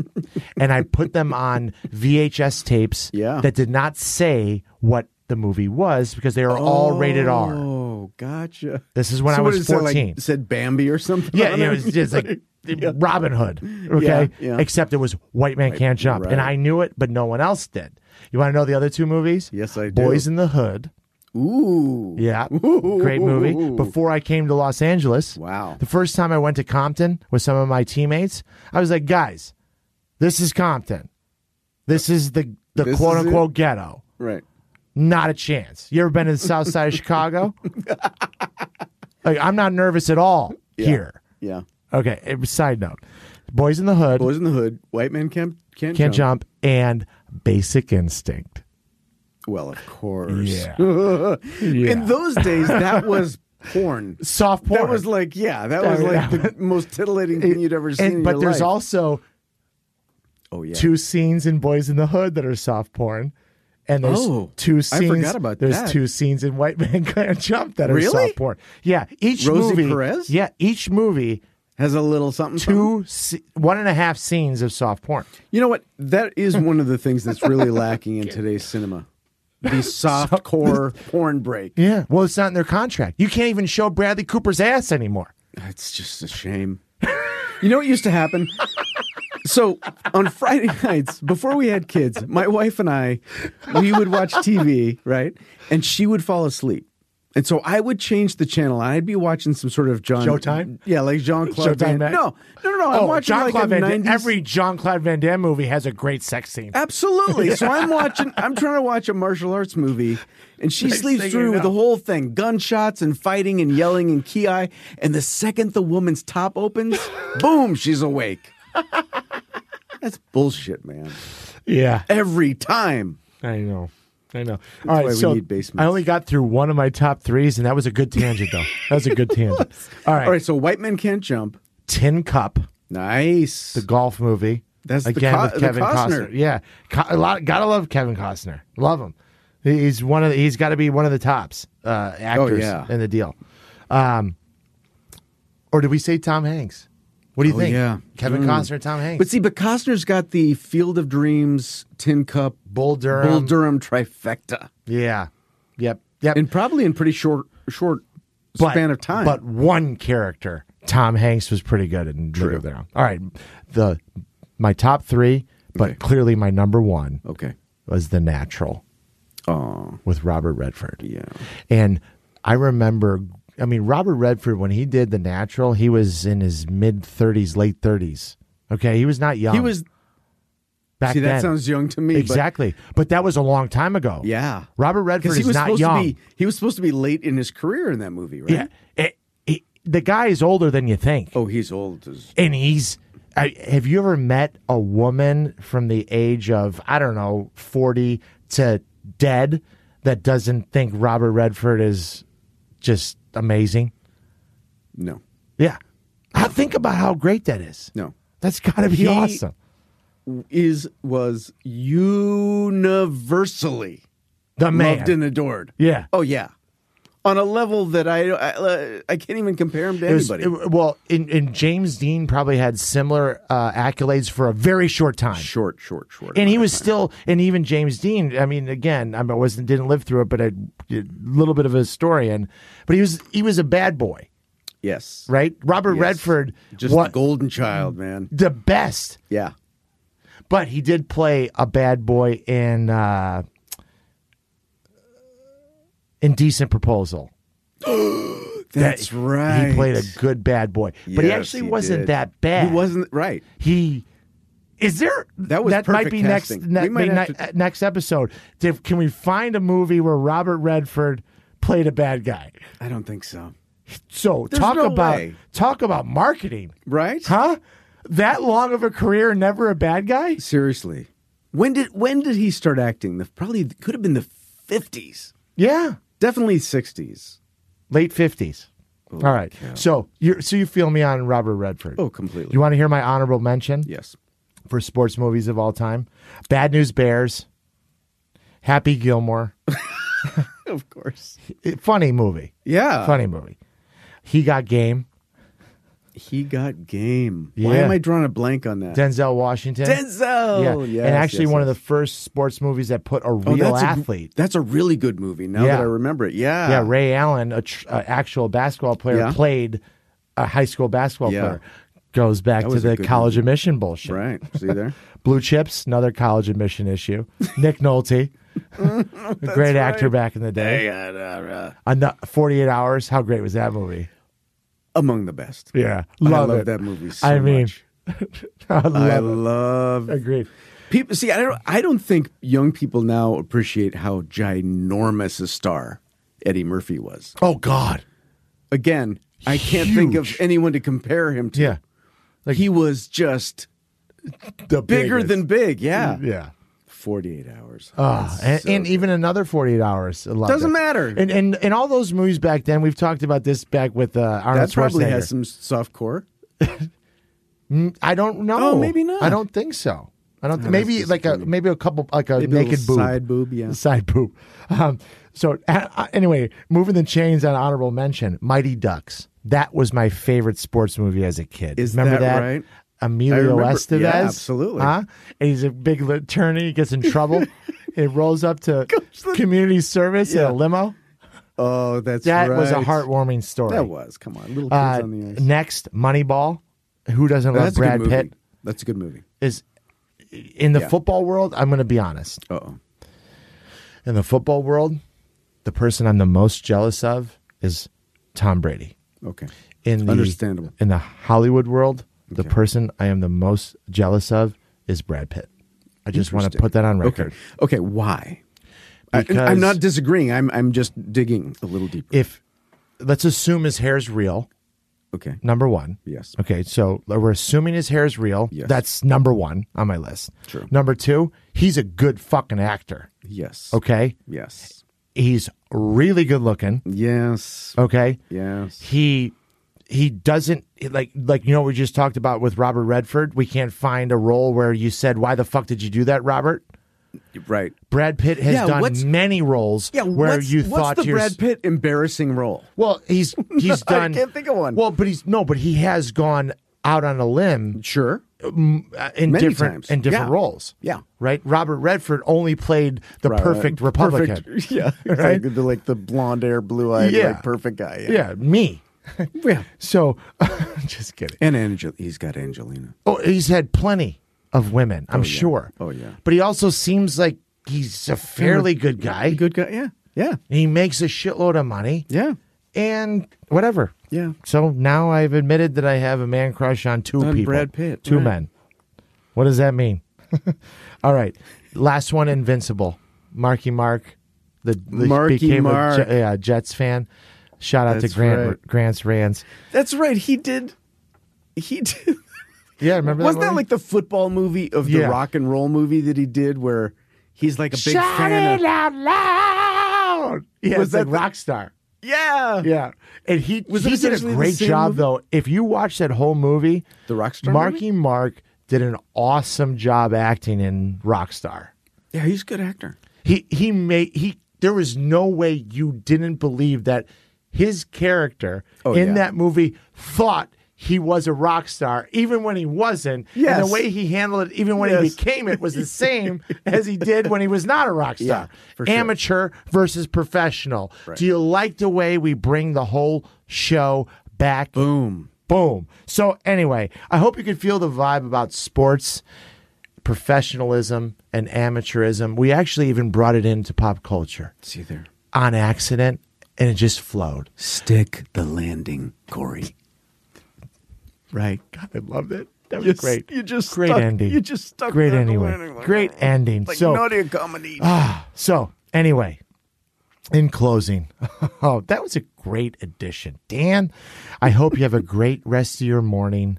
S3: and I put them on VHS tapes
S4: Yeah.
S3: that did not say what the movie was because they were all rated R.
S4: Oh, gotcha.
S3: This is when I
S4: what
S3: was
S4: did it say, like,
S3: 14.
S4: said Bambi or something.
S3: Yeah,
S4: on
S3: you know, it's just like Robin Hood, okay?
S4: yeah.
S3: Except it was White Man Can't Jump,
S4: right.
S3: and I knew it, but no one else did. You want to know the other two movies?
S4: Yes, I do.
S3: Boys in the Hood.
S4: Ooh.
S3: Yeah. Great movie. Before I came to Los Angeles,
S4: Wow.
S3: the first time I went to Compton with some of my teammates, I was like, guys, this is Compton. This is the, the
S4: This is
S3: quote unquote ghetto.
S4: Right.
S3: Not a chance. You ever been to the south side of Chicago? like, I'm not nervous at all here.
S4: Yeah.
S3: Okay. eh, Side note Boys in the Hood,
S4: Boys in the Hood. White man can't can't,
S3: Can't jump. and Basic Instinct.
S4: Well, of course.
S3: Yeah.
S4: In those days, that was porn.
S3: Soft porn.
S4: That was like, yeah, that
S3: That
S4: was
S3: was-
S4: like the most titillating thing you'd ever seen.
S3: And-
S4: in
S3: but
S4: your
S3: there's
S4: life.
S3: also
S4: oh yeah,
S3: two scenes in Boys in the Hood that are soft porn. And there's
S4: Oh,
S3: two
S4: I
S3: scenes.
S4: forgot about
S3: there's
S4: that.
S3: two scenes in White Man Can't Jump that are
S4: Really?
S3: soft porn. Yeah, each
S4: Rosie
S3: movie.
S4: Perez?
S3: Yeah, each movie
S4: has a little something. something.
S3: two se- one and a half scenes of soft porn.
S4: You know what? That is one of the things that's really lacking in today's cinema: the soft core porn break.
S3: Yeah, well, it's not in their contract. You can't even show Bradley Cooper's ass anymore.
S4: It's just a shame. You know what used to happen? So on Friday nights, before we had kids, my wife and I, we would watch TV, right? And she would fall asleep. And so I would change the channel. and I'd be watching some sort of John
S3: Showtime?
S4: Yeah, like Jean Claude.
S3: Showtime
S4: Van-
S3: Max?
S4: No, no, no, no. I'm watching
S3: John
S4: like
S3: Claude
S4: a
S3: Oh, Van
S4: 90s.
S3: Damme. Every John Claude Van Damme movie has a great sex scene.
S4: Uh, Absolutely. So I'm watching. I'm trying to watch a martial arts movie, and she
S3: Next
S4: sleeps
S3: thing
S4: through
S3: you know.
S4: the whole thing: gunshots and fighting and yelling and ki. And the second the woman's top opens, boom, she's awake. That's bullshit, man.
S3: Yeah,
S4: Every time.
S3: I know. I know. All
S4: why
S3: right,
S4: we
S3: so
S4: need basements.
S3: I only got through one of my top threes, and that was a good tangent, though. That was a good tangent. All right,
S4: All right. So white men can't jump.
S3: Tin Cup.
S4: Nice.
S3: the golf movie.
S4: That's the
S3: again
S4: Co-
S3: with
S4: the
S3: Kevin Costner.
S4: Costner.
S3: Yeah, Co- a lot. Gotta love Kevin Costner. Love him. He's one of. The, he's got to be one of the tops uh, actors
S4: Oh, yeah.
S3: in the deal. Um, or did we say Tom Hanks? What do you
S4: Oh,
S3: think?
S4: yeah.
S3: Cevin
S4: Mm.
S3: Costner, Tom Hanks.
S4: but see, but Costner's got the Field of Dreams, Tin Cup,
S3: Bull Durham.
S4: Bull Durham trifecta,
S3: Yeah. Yep. Yep.
S4: and probably in pretty short short
S3: But-
S4: span of time.
S3: But one character, Tom Hanks, was pretty good in True. There. All right. The my top three, but
S4: Okay.
S3: clearly my number one
S4: okay.
S3: was The Natural
S4: Oh
S3: with Robert Redford.
S4: yeah.
S3: And I remember I mean, Robert Redford, when he did The Natural, he was in his mid 30s, late 30s. Okay. He was not young.
S4: He was.
S3: Um, back
S4: see, that
S3: then.
S4: sounds young to me. But
S3: Exactly. But, that was a long time ago.
S4: Yeah.
S3: Robert Redford
S4: Because he
S3: is
S4: was
S3: not
S4: supposed
S3: young.
S4: to be he was supposed to be late in his career in that movie, right?
S3: yeah. It- it- eh, the guy is older than you think.
S4: Oh, he's old. as-
S3: and he's I, have you ever met a woman from the age of i don't know 40 to dead that doesn't think robert redford is just amazing
S4: No,
S3: yeah I think about how great that is
S4: no.
S3: that's gotta be
S4: He-
S3: awesome
S4: Is was universally
S3: the man
S4: loved and adored.
S3: yeah
S4: Oh yeah, on a level that I I, uh, I can't even compare him to
S3: It was-
S4: anybody.
S3: it- well and, and james dean probably had similar uh, accolades for a very short time
S4: short, short, short.
S3: and he
S4: amount of
S3: was
S4: time.
S3: still and even james dean i mean again i wasn't didn't live through it but a, a little bit of a historian but he was he was a bad boy
S4: yes,
S3: right robert
S4: Yes.
S3: redford
S4: Just
S3: wa-
S4: the golden child, man.
S3: the best
S4: Yeah,
S3: but he did play a bad boy in uh indecent proposal
S4: that's right.
S3: he played a good bad boy but he
S4: Yes,
S3: actually
S4: he
S3: wasn't
S4: did.
S3: that bad
S4: He wasn't right.
S3: he is there
S4: That was
S3: that might
S4: perfect
S3: be next
S4: casting.
S3: ne-
S4: We might
S3: may-
S4: have
S3: ne-
S4: to-
S3: uh, next episode Dave, can we find a movie where robert redford played a bad guy
S4: I don't think so.
S3: so
S4: There's
S3: talk
S4: no
S3: about
S4: way.
S3: talk about marketing
S4: Right?
S3: huh that long of a career and never a bad guy
S4: Seriously, when did when did he start acting? The, probably could have been the fifties,
S3: yeah
S4: definitely sixties.
S3: late 50s all right so you so you feel me on robert redford
S4: Oh, completely.
S3: you want to hear my honorable mention
S4: yes.
S3: for sports movies of all time bad news bears happy gilmore Eh,
S4: Of course.
S3: funny movie
S4: Yeah.
S3: funny movie. He got game.
S4: He got game. Why
S3: Yeah.
S4: am I drawing a blank on that?
S3: Denzel Washington.
S4: Denzel.
S3: Yeah.
S4: Yes,
S3: and actually
S4: yes,
S3: one of
S4: yes.
S3: the first sports movies that put a
S4: Oh,
S3: real
S4: that's a-
S3: athlete.
S4: that's a really good movie. Now
S3: Yeah.
S4: that I remember it, yeah,
S3: yeah, Ray Allen, a tr- a actual basketball player,
S4: Yeah.
S3: played a high school basketball
S4: Yeah.
S3: player. Goes back
S4: That
S3: to
S4: was a
S3: the
S4: good
S3: college admission bullshit.
S4: right. See there,
S3: Blue Chips, another college admission issue. Nick Nolte, a great actor back in the day.
S4: uh,
S3: Ano- 48 Hours, how great was that movie?
S4: among the best.
S3: Yeah,
S4: I
S3: love,
S4: love
S3: it.
S4: that movie. So
S3: I mean,
S4: much.
S3: I love
S4: I
S3: it.
S4: love
S3: Agreed.
S4: people. See, I don't. I don't think young people now appreciate how ginormous a star Eddie Murphy was.
S3: Oh, God.
S4: Again, I can't think of
S3: Huge.
S4: anyone to compare him to.
S3: Yeah.
S4: he was just
S3: The
S4: bigger
S3: biggest.
S4: than big. Yeah,
S3: Yeah.
S4: forty-eight hours.
S3: Ah, and,
S4: so
S3: and even another 48 hours. I loved
S4: Doesn't
S3: it.
S4: matter.
S3: And, and and all those movies back then, we've talked about this back with uh, Arnold
S4: that probably
S3: Schwarzenegger.
S4: has some soft core.
S3: I don't know.
S4: Oh, maybe not. Oh,
S3: I don't think so. I don't.
S4: that's
S3: maybe like a
S4: disappointing.
S3: maybe a couple like a
S4: Maybe a
S3: naked
S4: little
S3: boob,
S4: side boob, yeah.
S3: side boob. Um, so uh, uh, anyway, moving the chains on honorable mention, Mighty Ducks. That was my favorite sports movie as a kid.
S4: Is
S3: remember that?
S4: that right? I
S3: Emilio
S4: remember-
S3: Estevez,
S4: yeah, absolutely.
S3: Huh? And he's a big lit- attorney. He gets in trouble. it rolls up to community service in
S4: Yeah.
S3: a limo.
S4: Oh, that's
S3: That was a
S4: right.
S3: heartwarming story.
S4: That was. Come on, little kids
S3: Uh,
S4: on the ice. Oh,
S3: next, Moneyball. Who doesn't love
S4: that's a
S3: Brad
S4: good movie.
S3: Pitt?
S4: That's a good movie.
S3: is in the
S4: Yeah.
S3: football world, I'm going to be honest.
S4: Uh oh.
S3: In the football world, the person I'm the most jealous of is Tom Brady.
S4: Okay.
S3: In the,
S4: Understandable.
S3: In the Hollywood world, the
S4: Okay.
S3: person I am the most jealous of is Brad Pitt. I just want to
S4: Interesting.
S3: put that on record.
S4: Okay. Okay. Why? I,
S3: Because-
S4: I'm not disagreeing. I'm I'm just digging a little deeper.
S3: If let's assume his hair's real,
S4: okay.
S3: number one.
S4: Yes.
S3: Okay, so we're assuming his hair is real.
S4: Yes.
S3: That's number one on my list.
S4: True.
S3: Number two, he's a good fucking actor.
S4: Yes.
S3: Okay.
S4: Yes.
S3: He's really good looking.
S4: Yes.
S3: Okay.
S4: Yes.
S3: he he doesn't like like you know what we just talked about with Robert Redford. We can't find a role where you said, "Why the fuck did you do that, Robert?"
S4: Right.
S3: Brad Pitt has
S4: Yeah, what's-
S3: done many roles
S4: Yeah.
S3: where
S4: what's,
S3: you
S4: what's
S3: thought
S4: the
S3: to your-
S4: Brad Pitt embarrassing role?
S3: Well, he's he's
S4: I
S3: done.
S4: can't think of one.
S3: Well, but he's no, but he has gone out on a limb
S4: Sure.
S3: uh, in
S4: Many
S3: different
S4: times.
S3: in different
S4: Yeah.
S3: roles.
S4: Yeah.
S3: right. Robert Redford only played the
S4: Right,
S3: perfect
S4: right.
S3: Republican.
S4: Uh, Perfect- Yeah. Exactly. The- Like the blonde hair, blue eyed,
S3: Yeah.
S4: like perfect guy.
S3: Yeah, me.
S4: Yeah.
S3: So, just kidding.
S4: And Angel, he's got Angelina.
S3: Oh, he's had plenty of women, I'm sure.
S4: Oh, yeah.
S3: But he also seems like he's a fairly good guy.
S4: Good guy. Yeah. Yeah.
S3: He makes a shitload of money.
S4: Yeah.
S3: and whatever.
S4: Yeah.
S3: So now I've admitted that I have a man crush on two
S4: On
S3: people.
S4: Brad Pitt,
S3: Two
S4: right.
S3: men. What does that mean? All right. Last one, Invincible. Marky Mark, the, the
S4: Marky
S3: became
S4: Mark.
S3: a Je- yeah, Jets fan. Shout out
S4: That's
S3: to Grant
S4: right.
S3: Grant's Rands.
S4: That's right. He did. He did.
S3: Yeah, remember
S4: Wasn't
S3: that
S4: that
S3: movie?
S4: like the football movie of the
S3: Yeah.
S4: rock and roll movie that he did where he's like a big fan of.
S3: out loud. Yeah,
S4: Was
S3: was like
S4: that the-
S3: Rockstar.
S4: Yeah.
S3: Yeah, and he
S4: Was
S3: he
S4: it
S3: did
S4: essentially
S3: a
S4: the
S3: great
S4: same
S3: job
S4: movie?
S3: though. If you watch that whole movie,
S4: The Rockstar
S3: Marky Mark did an awesome job acting in Rockstar.
S4: Yeah, he's a good actor.
S3: He he made he. There was no way you didn't believe that his character
S4: Oh,
S3: in
S4: yeah.
S3: that movie thought he was a rock star, even when he wasn't. And
S4: Yes.
S3: the way he handled it, even when he
S4: Yes.
S3: became it, was the same as he did when he was not a rock star.
S4: Yeah, for sure.
S3: Amateur versus professional. Do you like the way we bring the whole show back?
S4: Boom.
S3: Boom. So anyway, I hope you can feel the vibe about sports, professionalism, and amateurism. We actually even brought it into pop culture
S4: See you there.
S3: on accident, and it just flowed.
S4: Stick the landing, Corey. Right.
S3: God, I loved it. That was
S4: You
S3: great.
S4: s- You just
S3: great
S4: stuck-
S3: ending.
S4: You just stuck.
S3: Great
S4: the
S3: ending.
S4: landing like
S3: Great
S4: that.
S3: ending.
S4: Like
S3: so ah.
S4: naughty comedy.
S3: so anyway, in closing, oh, that was a great addition, Dan. I hope you have a great rest of your morning,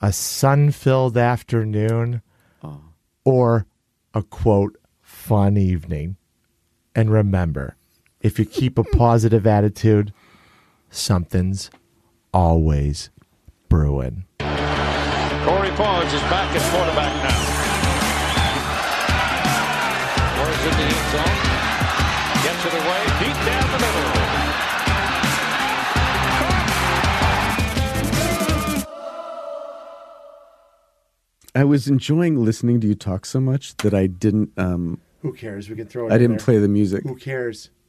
S3: a sun-filled afternoon, Oh. or a quote fun evening. And remember, if you keep a positive attitude, something's always brewing.
S2: Corey Pons is back at quarterback now. Throws in the end zone. Gets it away. Deep down the middle.
S4: I was enjoying listening to you talk so much that I didn't. Um,
S3: Who cares? We can throw it.
S4: I didn't play the music.
S3: cares?